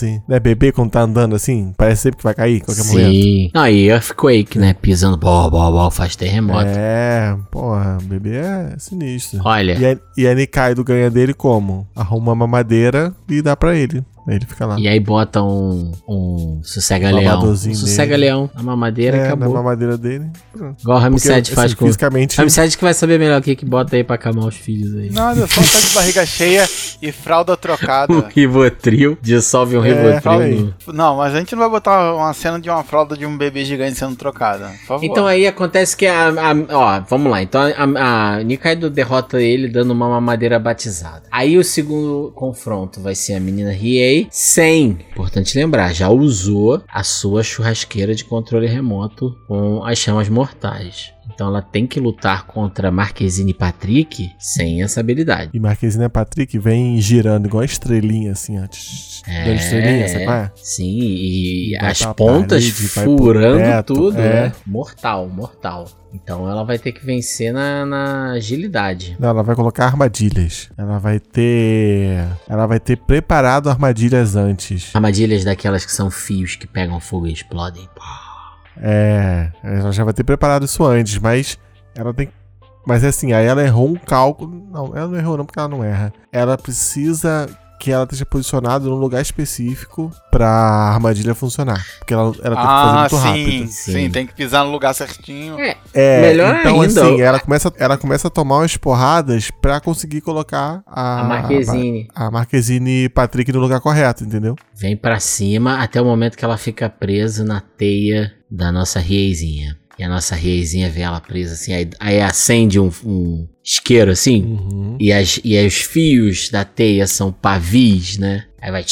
Speaker 3: assim, né? Bebê quando tá andando assim, parece sempre que vai cair a qualquer momento.
Speaker 2: Sim. Não, e earthquake, né? Pisando, bó, bó, bó, faz terremoto.
Speaker 3: É, porra, bebê é sinistro.
Speaker 2: Olha.
Speaker 3: E a, e a Nikaido ganha dele como? Arruma uma madeira e dá pra ele. Aí ele fica lá.
Speaker 2: E aí bota um, um sossega-leão.
Speaker 3: babadorzinho dele.
Speaker 2: sossega-leão, a mamadeira
Speaker 3: é, na
Speaker 2: acabou.
Speaker 3: mamadeira dele. Pronto.
Speaker 2: Igual o Ramsed
Speaker 3: Porque,
Speaker 2: faz
Speaker 3: assim,
Speaker 2: com...
Speaker 3: Fisicamente.
Speaker 2: Ramsed que vai saber melhor o que que bota aí pra acalmar os filhos aí.
Speaker 4: Nada, só tá de barriga cheia e fralda
Speaker 2: [laughs] Um
Speaker 4: trocada.
Speaker 2: Rivotril, dissolve um
Speaker 3: É, fala aí.
Speaker 2: Rivotril. no-
Speaker 4: [laughs] Não, mas a gente não vai botar uma cena de uma fralda de um bebê gigante sendo trocada. Por favor.
Speaker 2: Então aí acontece que a, a- Ó, vamos lá. Então a, a Nikaido derrota ele dando uma mamadeira batizada. Aí o segundo confronto vai ser a menina Riei sem. Importante lembrar, já usou a sua churrasqueira de controle remoto com as chamas mortais. Então ela tem que lutar contra Marquezine e Patrick sem essa habilidade.
Speaker 3: E Marquezine e Patrick vem girando igual a estrelinha, assim, ó. Tch, tch,
Speaker 2: É.
Speaker 3: Dando estrelinha, sabe qual é?
Speaker 2: Sim, e
Speaker 3: Vai
Speaker 2: as
Speaker 3: pra
Speaker 2: pontas
Speaker 3: parede, vai pro
Speaker 2: furando
Speaker 3: teto,
Speaker 2: tudo,
Speaker 3: é.
Speaker 2: né? Mortal, mortal. Então ela vai ter que vencer na- na agilidade.
Speaker 3: Não, ela vai colocar armadilhas. Ela vai ter. Ela vai ter preparado armadilhas antes.
Speaker 2: Armadilhas daquelas que são fios que pegam fogo e explodem.
Speaker 3: É. Ela já vai ter preparado isso antes, mas ela tem. Mas assim, aí ela errou um cálculo. Não, ela não errou, não, porque ela não erra. Ela precisa que ela esteja posicionada num lugar específico pra armadilha funcionar. Porque ela, ela tem
Speaker 4: ah,
Speaker 3: que fazer muito
Speaker 4: sim,
Speaker 3: rápido.
Speaker 4: sim,
Speaker 2: Sim.
Speaker 4: tem que pisar no lugar certinho.
Speaker 2: É,
Speaker 3: É,
Speaker 2: Melhor
Speaker 3: então,
Speaker 2: ainda,
Speaker 3: assim,
Speaker 2: o-
Speaker 3: ela começa, ela começa a tomar umas porradas pra conseguir colocar a,
Speaker 2: a Marquezine
Speaker 3: a Marquezine e Patrick no lugar correto, entendeu?
Speaker 2: vem pra cima até o momento que ela fica presa na teia da nossa riezinha. E a nossa riezinha vê ela presa assim, aí, aí acende um, um isqueiro assim,
Speaker 3: Uhum.
Speaker 2: e, as, e aí os fios da teia são pavis, né? Aí vai...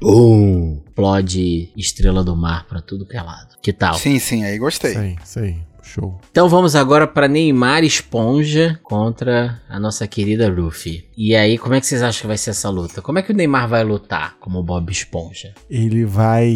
Speaker 2: Bum! Explode estrela do mar pra tudo que é lado. Que tal?
Speaker 4: Sim, sim, aí gostei.
Speaker 3: Isso aí, isso aí. Show.
Speaker 2: Então vamos agora pra Neymar Esponja contra a nossa querida Luffy. E aí, como é que vocês acham que vai ser essa luta? Como é que o Neymar vai lutar como Bob Esponja?
Speaker 3: Ele vai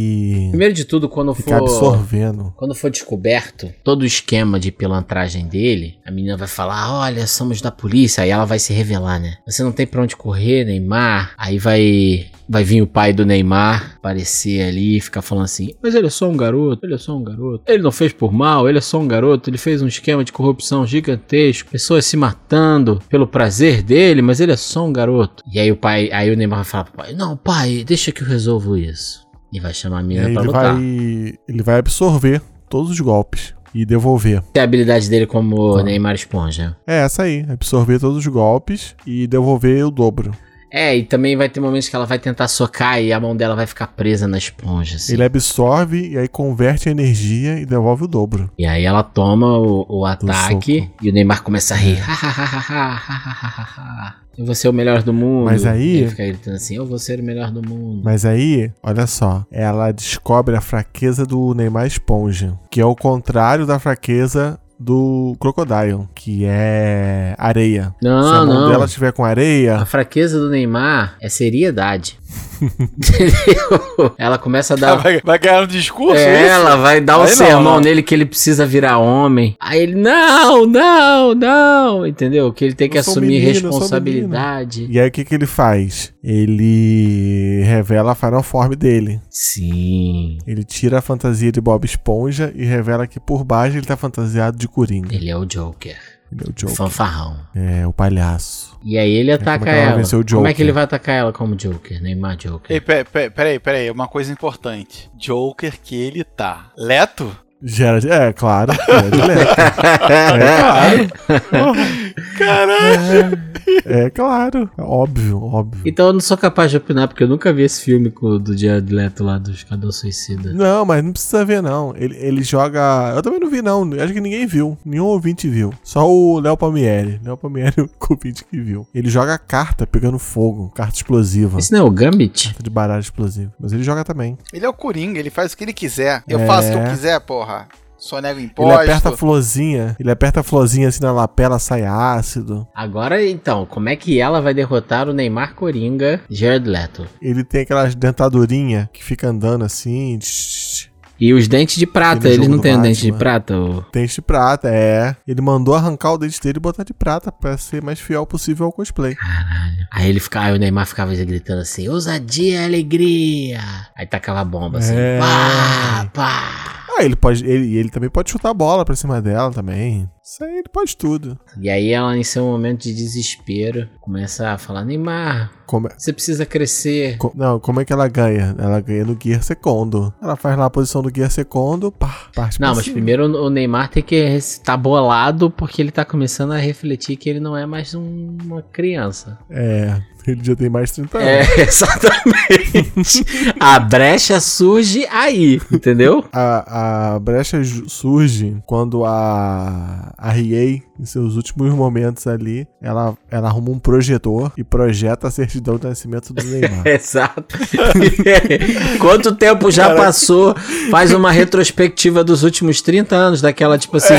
Speaker 2: Primeiro de tudo, quando
Speaker 3: ficar
Speaker 2: for
Speaker 3: absorvendo.
Speaker 2: quando for descoberto todo o esquema de pilantragem dele, a menina vai falar: "Olha, somos da polícia". Aí ela vai se revelar, né? Você não tem pra onde correr, Neymar. Aí vai vai vir o pai do Neymar aparecer ali e ficar falando assim: "Mas ele é só um garoto, ele é só um garoto. Ele não fez por mal, ele é só um garoto, ele fez um esquema de corrupção gigantesco, pessoas se matando pelo prazer dele, mas ele é só um garoto". E aí o pai, aí o Neymar vai falar pro pai: "Não, pai, deixa que eu resolvo isso". E vai chamar a
Speaker 3: E
Speaker 2: menina
Speaker 3: aí
Speaker 2: pra
Speaker 3: É, ele
Speaker 2: lutar.
Speaker 3: vai, ele vai absorver todos os golpes e devolver.
Speaker 2: Tem a habilidade dele como Neymar Esponja.
Speaker 3: É essa aí, absorver todos os golpes e devolver o dobro.
Speaker 2: É, e também vai ter momentos que ela vai tentar socar e a mão dela vai ficar presa na esponja, assim.
Speaker 3: Ele absorve e aí converte a energia e devolve o dobro.
Speaker 2: E aí ela toma o, o ataque
Speaker 3: é soco. É.
Speaker 2: e o Neymar começa a rir. "Ha, ha, ha, ha, ha, ha, ha, ha. Eu vou ser o melhor do mundo.
Speaker 3: Mas aí-
Speaker 2: E Ele fica gritando assim, eu vou ser o melhor do mundo.
Speaker 3: Mas aí, olha só, ela descobre a fraqueza do Neymar Esponja, que é o contrário da fraqueza do Crocodile, que é areia.
Speaker 2: Não,
Speaker 3: Se a mão
Speaker 2: não.
Speaker 3: dela estiver com
Speaker 2: A
Speaker 3: areia,
Speaker 2: fraqueza do Neymar é seriedade. [laughs] Entendeu? Ela começa a
Speaker 4: Ah,
Speaker 2: dar
Speaker 4: vai, vai ganhar um discurso?
Speaker 2: É,
Speaker 4: isso?
Speaker 2: Ela vai dar o
Speaker 4: Aí não,
Speaker 2: sermão
Speaker 4: não.
Speaker 3: né?
Speaker 2: nele que ele precisa virar homem. Aí ele, não, não, não. Entendeu? Que ele tem que
Speaker 3: Eu sou um
Speaker 2: assumir
Speaker 3: menino, eu sou
Speaker 2: responsabilidade.
Speaker 3: e aí o que, que ele faz? Ele revela a Final Form dele.
Speaker 2: Sim.
Speaker 3: Ele tira a fantasia de Bob Esponja e revela que por baixo ele tá fantasiado de Coringa.
Speaker 2: Ele é o Joker.
Speaker 3: Ele é o
Speaker 2: o
Speaker 3: Joker.
Speaker 2: Fanfarrão.
Speaker 3: É, o palhaço.
Speaker 2: E aí ele ataca
Speaker 3: como é que ela
Speaker 2: ela.
Speaker 3: venceu o
Speaker 2: Como é que
Speaker 3: Joker?
Speaker 2: ele vai atacar ela como Joker? Neymar
Speaker 4: Ei,
Speaker 2: Joker.
Speaker 4: pe- pe- peraí, peraí, uma coisa importante. Joker que ele tá. Leto?
Speaker 3: Gerard, é, claro. Gerard [laughs] Leto. É claro. Caralho. É, é claro. É Óbvio, óbvio.
Speaker 2: Então eu não sou capaz de opinar, porque eu nunca vi esse filme com, do Jared Leto lá dos Cadê o Suicida.
Speaker 3: Não, mas não precisa ver, não. Ele, ele joga. Eu também não vi, não. Acho que ninguém viu. Nenhum ouvinte viu. Só o Léo Palmieri. Léo Palmieri [laughs] é o único ouvinte que viu. Ele joga carta pegando fogo, carta explosiva.
Speaker 2: Esse não é o Gambit?
Speaker 3: Carta de baralho explosivo. Mas ele joga também.
Speaker 4: Ele é o Coringa, ele faz o que ele quiser. Eu
Speaker 3: É.
Speaker 4: faço o que eu quiser, porra. Só nego
Speaker 3: Ele aperta a
Speaker 4: imposto.
Speaker 3: florzinha. Ele aperta a florzinha assim na lapela, sai ácido.
Speaker 2: Agora então, como é que ela vai derrotar o Neymar Coringa Jared Leto?
Speaker 3: Ele tem aquelas dentadurinhas que fica andando assim. tch, tch, tch.
Speaker 2: E os dentes de prata,
Speaker 3: Aquele
Speaker 2: eles
Speaker 3: jogo
Speaker 2: não
Speaker 3: do
Speaker 2: têm dente de
Speaker 3: Batman.
Speaker 2: prata? ô?
Speaker 3: Dente de prata, é. Ele mandou arrancar o dente dele e botar de prata pra ser mais fiel possível ao cosplay.
Speaker 2: Caralho. Aí ele ficava, aí o Neymar ficava gritando assim, ousadia e alegria. Aí tacava a bomba assim,
Speaker 3: É.
Speaker 2: pá, pá.
Speaker 3: Ah, ele pode. Ele, ele também pode chutar a bola pra cima dela também. Isso aí ele pode tudo.
Speaker 2: E aí ela, em seu momento de desespero, começa a falar, Neymar,
Speaker 3: Como é-
Speaker 2: você precisa crescer.
Speaker 3: co- não, como é que ela ganha? Ela ganha no Gear Secondo. Ela faz lá a posição do Gear Secondo, pá, parte pra
Speaker 2: Não, mas
Speaker 3: cima.
Speaker 2: primeiro o Neymar tem que estar bolado porque ele tá começando a refletir que ele não é mais um- uma criança. [laughs]
Speaker 3: É, ele já tem mais de 30 anos.
Speaker 2: É, exatamente. a brecha surge aí, entendeu?
Speaker 3: A, a brecha ju- surge quando a, a Riei, em seus últimos momentos ali, ela, ela arruma um projetor e projeta a certidão de
Speaker 2: [laughs]
Speaker 3: nascimento do Neymar.
Speaker 4: Né?
Speaker 2: Exato. [laughs] Quanto tempo já passou? Faz uma retrospectiva dos últimos 30 anos, daquela tipo assim,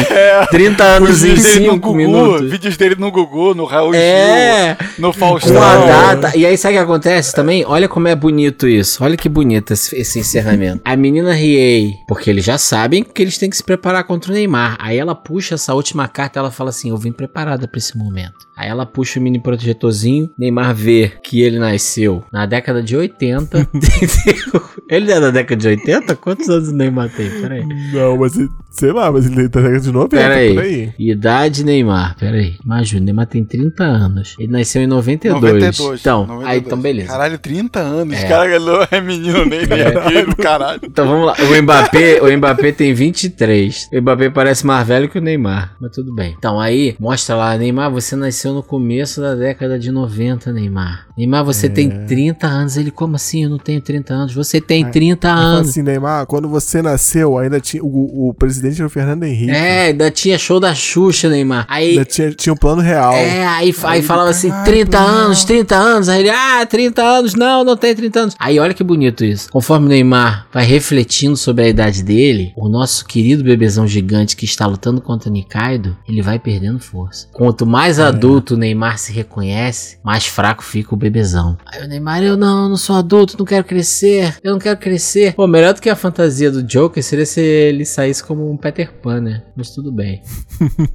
Speaker 2: 30 anos em
Speaker 4: É. Vídeos dele no
Speaker 2: 5
Speaker 4: Gugu,
Speaker 2: minutos.
Speaker 4: vídeos dele no Gugu, no Raul Gil,
Speaker 2: É,
Speaker 4: no Faustão.
Speaker 2: com a
Speaker 4: é
Speaker 2: data. E aí, sabe o que acontece também? Olha como é bonito isso. Olha que bonito esse, esse encerramento. A menina Riei, porque eles já sabem que eles têm que se preparar contra o Neymar. Aí ela puxa essa última carta, ela fala assim: Eu vim preparada pra esse momento. Aí ela puxa o mini protetorzinho. Neymar vê que ele nasceu na década de 80. entendeu? [laughs] ele é da década de 80? Quantos anos o Neymar tem? Peraí.
Speaker 3: Não, mas ele- sei lá, mas ele tá na década de 90,
Speaker 2: Pera aí.
Speaker 3: por aí.
Speaker 2: Idade Neymar, peraí. Imagina, o Neymar tem 30 anos. Ele nasceu em 92. Então, aí então beleza.
Speaker 4: Caralho, 30 anos.
Speaker 2: É.
Speaker 4: Cara, ele não é menino nem nem aquele, caralho.
Speaker 2: Então vamos lá. O Mbappé, o Mbappé tem 23. O Mbappé parece mais velho que o Neymar. Mas tudo bem. Então aí, mostra lá, Neymar, você nasceu no começo da década de 90, Neymar. Neymar, você tem 30 anos. Ele, como assim? Eu não tenho 30 anos. Você tem 30
Speaker 3: Fala
Speaker 2: anos.
Speaker 3: assim, Neymar, quando você nasceu, ainda tinha. O, o presidente era o Fernando Henrique.
Speaker 2: É, ainda tinha show da Xuxa, Neymar. Aí.
Speaker 3: Ainda tinha, tinha um plano real.
Speaker 2: É, aí, aí, falava assim, 30 anos, 30 anos. Aí ele, ah, 30 anos, não, não tem 30 anos. Aí olha que bonito isso. Conforme o Neymar vai refletindo sobre a idade dele, o nosso querido bebezão gigante que está lutando contra o Nikaido, ele vai perdendo força. Quanto mais adulto o Neymar se reconhece, mais fraco fica o bebezão. Aí o Neymar, eu não, eu não sou adulto, não quero crescer, eu não quero crescer. Pô, melhor do que a fantasia do Joker seria se ele saísse como um Peter Pan, né? Mas tudo bem. [laughs]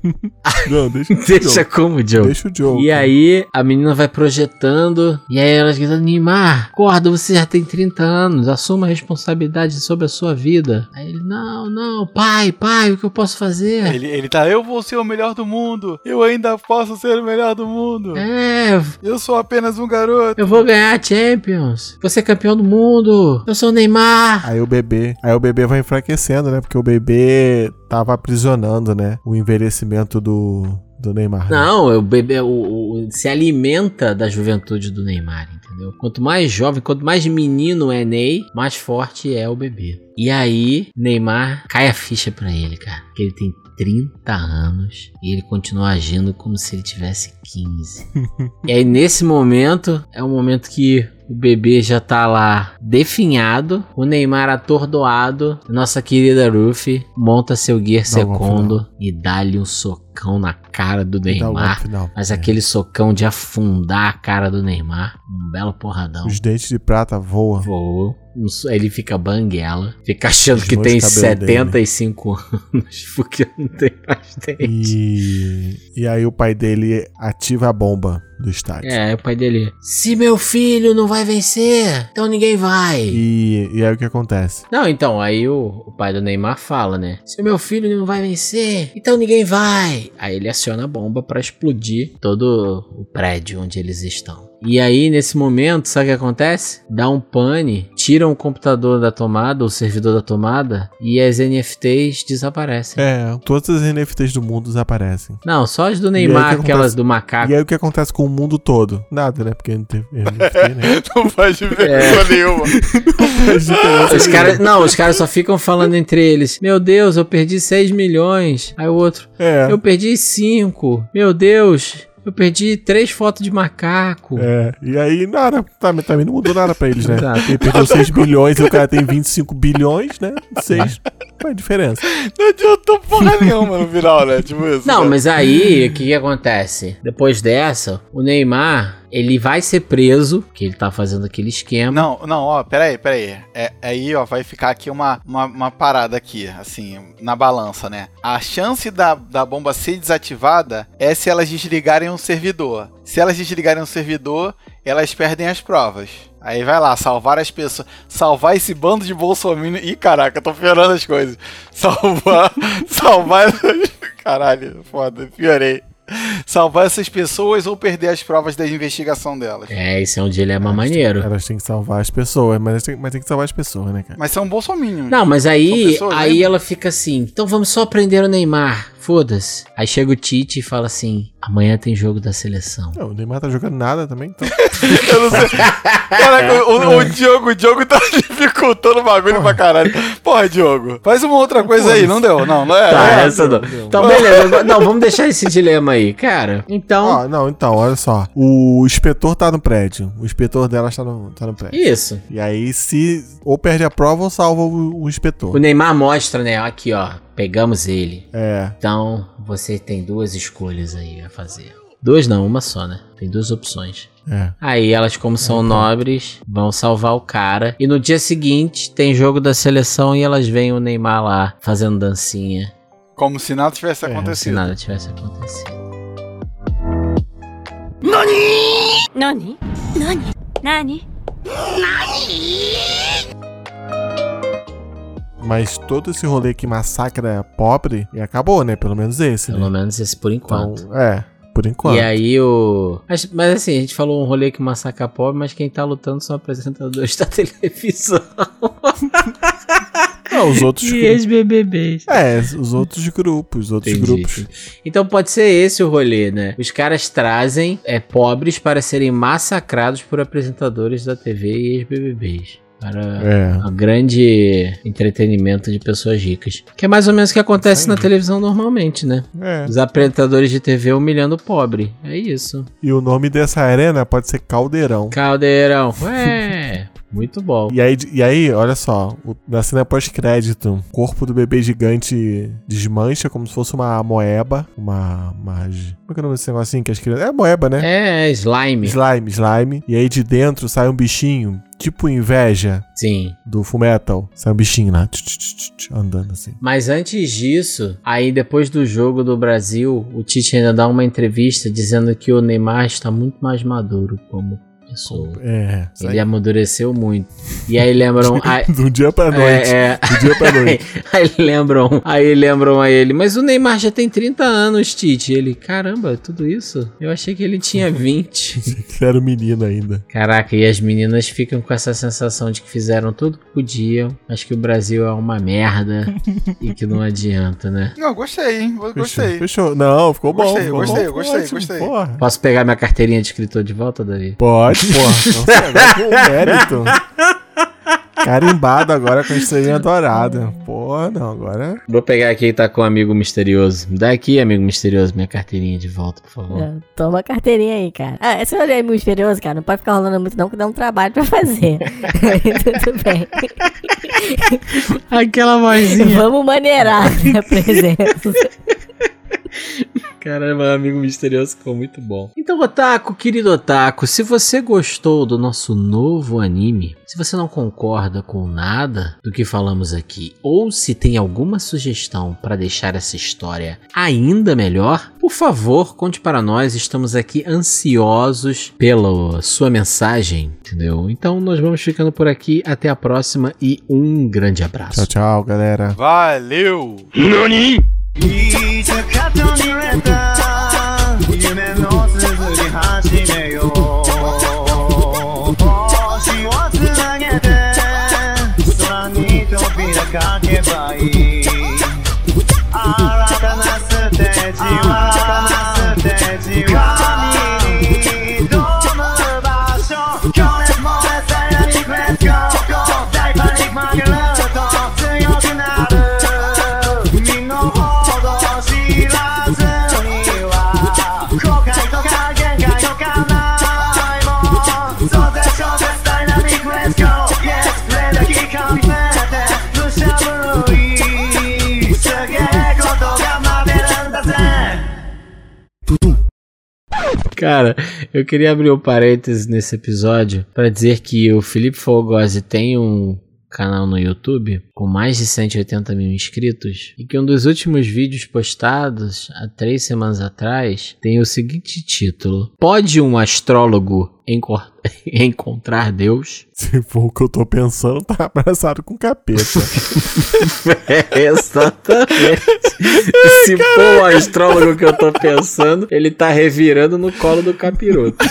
Speaker 3: Não, deixa,
Speaker 2: Deixa como Joker.
Speaker 3: Deixa o jogo.
Speaker 2: E aí, a menina vai projetando, e aí ela diz: Neymar, acorda, você já tem 30 anos, assuma a responsabilidade sobre a sua vida. Aí ele: Não, não, pai, pai, o que eu posso fazer?
Speaker 4: Ele, ele tá, eu vou ser o melhor do mundo. Eu ainda posso ser o melhor do mundo.
Speaker 2: É,
Speaker 4: Eu sou apenas um garoto.
Speaker 2: eu vou ganhar a Champions, você é campeão do mundo, eu sou o Neymar.
Speaker 3: Aí o bebê, aí o bebê vai enfraquecendo, né? Porque o bebê tava aprisionando, né? O envelhecimento do, do Neymar. né?
Speaker 2: Não, o bebê o, o- se alimenta da juventude do Neymar, entendeu? Quanto mais jovem, quanto mais menino é Ney, mais forte é o bebê. E aí, Neymar cai a ficha pra ele, cara. Que ele tem 30 anos e ele continua agindo como se ele tivesse 15.
Speaker 3: [laughs]
Speaker 2: E aí, nesse momento, é um momento que o bebê já tá lá definhado, o Neymar atordoado, nossa querida Ruffy monta seu Gear
Speaker 3: Dá um golpe
Speaker 2: Secondo e dá-lhe um socão na cara do
Speaker 3: Dá o
Speaker 2: Neymar.
Speaker 3: final.
Speaker 2: Mas
Speaker 3: É.
Speaker 2: aquele socão de afundar a cara do Neymar, um belo porradão.
Speaker 3: Os dentes de prata voam.
Speaker 2: Voou. Um so- Ele fica banguela, fica achando
Speaker 3: Os
Speaker 2: que
Speaker 3: dois
Speaker 2: tem
Speaker 3: cabelos né?
Speaker 2: 75 anos, [laughs] porque não tem mais dente.
Speaker 3: E, e aí o pai dele ativa a bomba do estádio.
Speaker 2: É, aí o pai dele. Se meu filho não vai vencer, então ninguém vai.
Speaker 3: E, e aí o que acontece?
Speaker 2: Não, então, aí o, o pai do Neymar fala, né? Se o meu filho não vai vencer, então ninguém vai. Aí ele aciona a bomba pra explodir todo o prédio onde eles estão. E aí, nesse momento, sabe o que acontece? Dá um pane, tiram o computador da tomada, o servidor da tomada, e as NFTs desaparecem.
Speaker 3: É, todas as NFTs do mundo desaparecem.
Speaker 2: Não, só as do
Speaker 3: aí, o que
Speaker 2: Neymar,
Speaker 3: acontece?
Speaker 2: aquelas do macaco.
Speaker 3: E aí o que acontece com o mundo todo? Nada, né? Porque não teve NFT, né?
Speaker 4: Não faz diferença nenhuma.
Speaker 3: Faz diferença
Speaker 2: Os
Speaker 3: nenhuma.
Speaker 2: caras, não, os caras só ficam falando entre eles. Meu Deus, eu perdi 6 milhões. Aí o outro,
Speaker 3: É.
Speaker 2: Eu perdi cinco. Meu Deus. Eu perdi três fotos de macaco.
Speaker 3: É, e aí nada, tá, também não mudou nada pra eles, né?
Speaker 2: Exato.
Speaker 3: Ele perdeu 6 bilhões e o cara tem 25 bilhões, né? 6, faz diferença.
Speaker 4: Não adiantou porra nenhuma no final, né? Tipo isso.
Speaker 2: Não,
Speaker 4: né?
Speaker 2: mas aí o que, que acontece? Depois dessa, o Neymar Ele vai ser preso, que ele tá fazendo aquele esquema.
Speaker 4: Não, não, ó, peraí, peraí. É, aí, ó, vai ficar aqui uma, uma, uma parada aqui, assim, na balança, né? A chance da, da bomba ser desativada é se elas desligarem um servidor. Se elas desligarem um servidor, elas perdem as provas. Aí vai lá, salvar as pessoas. Salvar esse bando de bolsominions. Ih, caraca, eu tô piorando as coisas. [laughs] Salvar. salvar. Caralho, foda, piorei. Salvar essas pessoas ou perder as provas da investigação delas.
Speaker 2: É, esse é um
Speaker 4: Ah,
Speaker 2: dilema maneiro.
Speaker 3: Elas têm que salvar as pessoas, mas, elas têm, mas tem que salvar as pessoas, né, cara?
Speaker 4: Mas são bolsominions.
Speaker 2: Não, mas
Speaker 4: São
Speaker 2: aí,
Speaker 4: pessoas, né?
Speaker 2: aí ela fica assim, então vamos só prender o Neymar, foda-se. Aí chega o Tite e fala assim, amanhã tem jogo da seleção.
Speaker 3: Não, o Neymar tá jogando nada também, então.
Speaker 4: Eu não sei. Caraca, o, o Diogo, o Diogo tá [laughs] dificultando o bagulho pra caralho. Porra, Diogo. Faz uma outra coisa aí, não deu. Não, não é.
Speaker 2: Tá,
Speaker 4: é.
Speaker 2: essa não. Então, beleza. agora- Não, vamos deixar esse dilema aí, cara. Então,
Speaker 3: Ó, não, então, olha só. O inspetor tá no prédio. O inspetor delas tá no, tá no prédio.
Speaker 2: isso.
Speaker 3: E aí, se ou perde a prova ou salva o, o
Speaker 2: O
Speaker 3: inspetor.
Speaker 2: Neymar mostra, né? Aqui, ó. Pegamos ele.
Speaker 3: É.
Speaker 2: Então, você tem duas escolhas aí a fazer. Duas não, uma só, né? Tem duas opções.
Speaker 3: É.
Speaker 2: Aí elas, como são nobres, vão salvar o cara. E no dia seguinte tem jogo da seleção e elas veem o Neymar lá fazendo dancinha.
Speaker 4: Como se nada tivesse
Speaker 3: É,
Speaker 2: Como se
Speaker 4: acontecido.
Speaker 2: nada tivesse acontecido.
Speaker 5: Nani? Nani? Nani?
Speaker 3: Mas todo esse rolê que massacra pobre, e acabou, né? Pelo menos esse,
Speaker 2: Pelo
Speaker 3: né?
Speaker 2: menos esse por
Speaker 3: Então,
Speaker 2: enquanto.
Speaker 3: é, por enquanto.
Speaker 2: E aí o. Mas, mas assim, a gente falou um rolê que massacra pobre, mas quem tá lutando são apresentadores [laughs] da televisão.
Speaker 3: Não, É, os outros.
Speaker 2: e ex-BBBs.
Speaker 3: É, os outros grupos, os outros
Speaker 2: Entendi,
Speaker 3: grupos.
Speaker 2: Então pode ser esse o rolê, né? Os caras trazem é, pobres para serem massacrados por apresentadores da TV e ex-BBBs. Para
Speaker 3: É.
Speaker 2: um grande entretenimento de pessoas ricas. Que é mais ou menos o que acontece
Speaker 3: Isso aí.
Speaker 2: na televisão normalmente, né?
Speaker 3: É.
Speaker 2: Os apresentadores de TV humilhando o pobre. É isso.
Speaker 3: E o nome dessa arena pode ser Caldeirão.
Speaker 2: Caldeirão. Ué, muito bom.
Speaker 3: E aí, e aí, olha só, o- na cena pós-crédito, o corpo do bebê gigante desmancha como se fosse uma moeba, uma... uma j- como é que é o nome desse negocinho que as crianças... É moeba, né?
Speaker 2: É, slime.
Speaker 3: Slime, slime. E aí de dentro sai um bichinho, tipo inveja
Speaker 2: Sim.
Speaker 3: do Fullmetal. Sai um bichinho lá, tch, tch, tch, tch, andando assim.
Speaker 2: Mas antes disso, aí depois do jogo do Brasil, o Tite ainda dá uma entrevista dizendo que o Neymar está muito mais maduro como pessoa.
Speaker 3: É, sai
Speaker 2: Ele amadureceu muito. E aí [laughs]
Speaker 3: [laughs]
Speaker 2: lembram. aí-
Speaker 3: de um dia pra noite.
Speaker 2: é, [laughs] é,
Speaker 3: De um dia pra noite.
Speaker 2: aí lembram, aí lembram a ele, mas o Neymar já tem 30 anos, Tite. Ele, caramba, tudo isso? Eu achei que ele [laughs] tinha 20.
Speaker 3: Que era um menino ainda.
Speaker 2: Caraca, e as meninas ficam com essa sensação de que fizeram tudo que podiam, mas que o Brasil é uma [laughs] merda e que não adianta, né?
Speaker 4: Não, gostei, hein? Go-
Speaker 3: Fechou,
Speaker 4: Gostei.
Speaker 3: Fechou. Não, ficou bom.
Speaker 4: Gostei,
Speaker 3: ficou
Speaker 4: gostei,
Speaker 3: bom, ficou
Speaker 4: gostei,
Speaker 3: ótimo,
Speaker 4: gostei.
Speaker 3: Porra.
Speaker 2: Posso pegar minha carteirinha de escritor de volta, Davi?
Speaker 3: Pode, porra. Então você agora um com mérito. [laughs] Carimbado agora com a estrelinha dourada. Porra, não, agora.
Speaker 2: Vou pegar aqui e tá com o amigo misterioso. Me Dá aqui, amigo misterioso, minha carteirinha de volta, por favor.
Speaker 5: É, Toma a carteirinha aí, cara. Ah, esse olho aí é muito misterioso, cara. Não pode ficar rolando muito, não, que dá um trabalho pra fazer. [laughs] Tudo bem.
Speaker 2: Aquela vozinha.
Speaker 5: Vamos maneirar né, a presença.
Speaker 2: Caramba, é um amigo misterioso ficou muito bom. Então, Otaku, querido Otaku, se você gostou do nosso novo anime, se você não concorda com nada do que falamos aqui, ou se tem alguma sugestão para deixar essa história ainda melhor, por favor, conte para nós. Estamos aqui ansiosos pela sua mensagem, entendeu? Então, nós vamos ficando por aqui. Até a próxima e um grande abraço.
Speaker 3: Tchau, tchau, galera.
Speaker 4: Valeu!
Speaker 1: 何
Speaker 9: 知らずには後悔とか限界とかな
Speaker 2: Cara, eu queria abrir um parênteses nesse episódio pra dizer que o Felipe Fogose tem um canal no YouTube com mais de 180 mil inscritos e que um dos últimos vídeos postados há três semanas atrás tem o seguinte título: Pode um astrólogo encor- [laughs] encontrar Deus?
Speaker 3: Se for o que eu tô pensando, tá abraçado com capeta.
Speaker 2: É, [laughs] exatamente. Se for o astrólogo que eu tô pensando, ele tá revirando no colo do capiroto.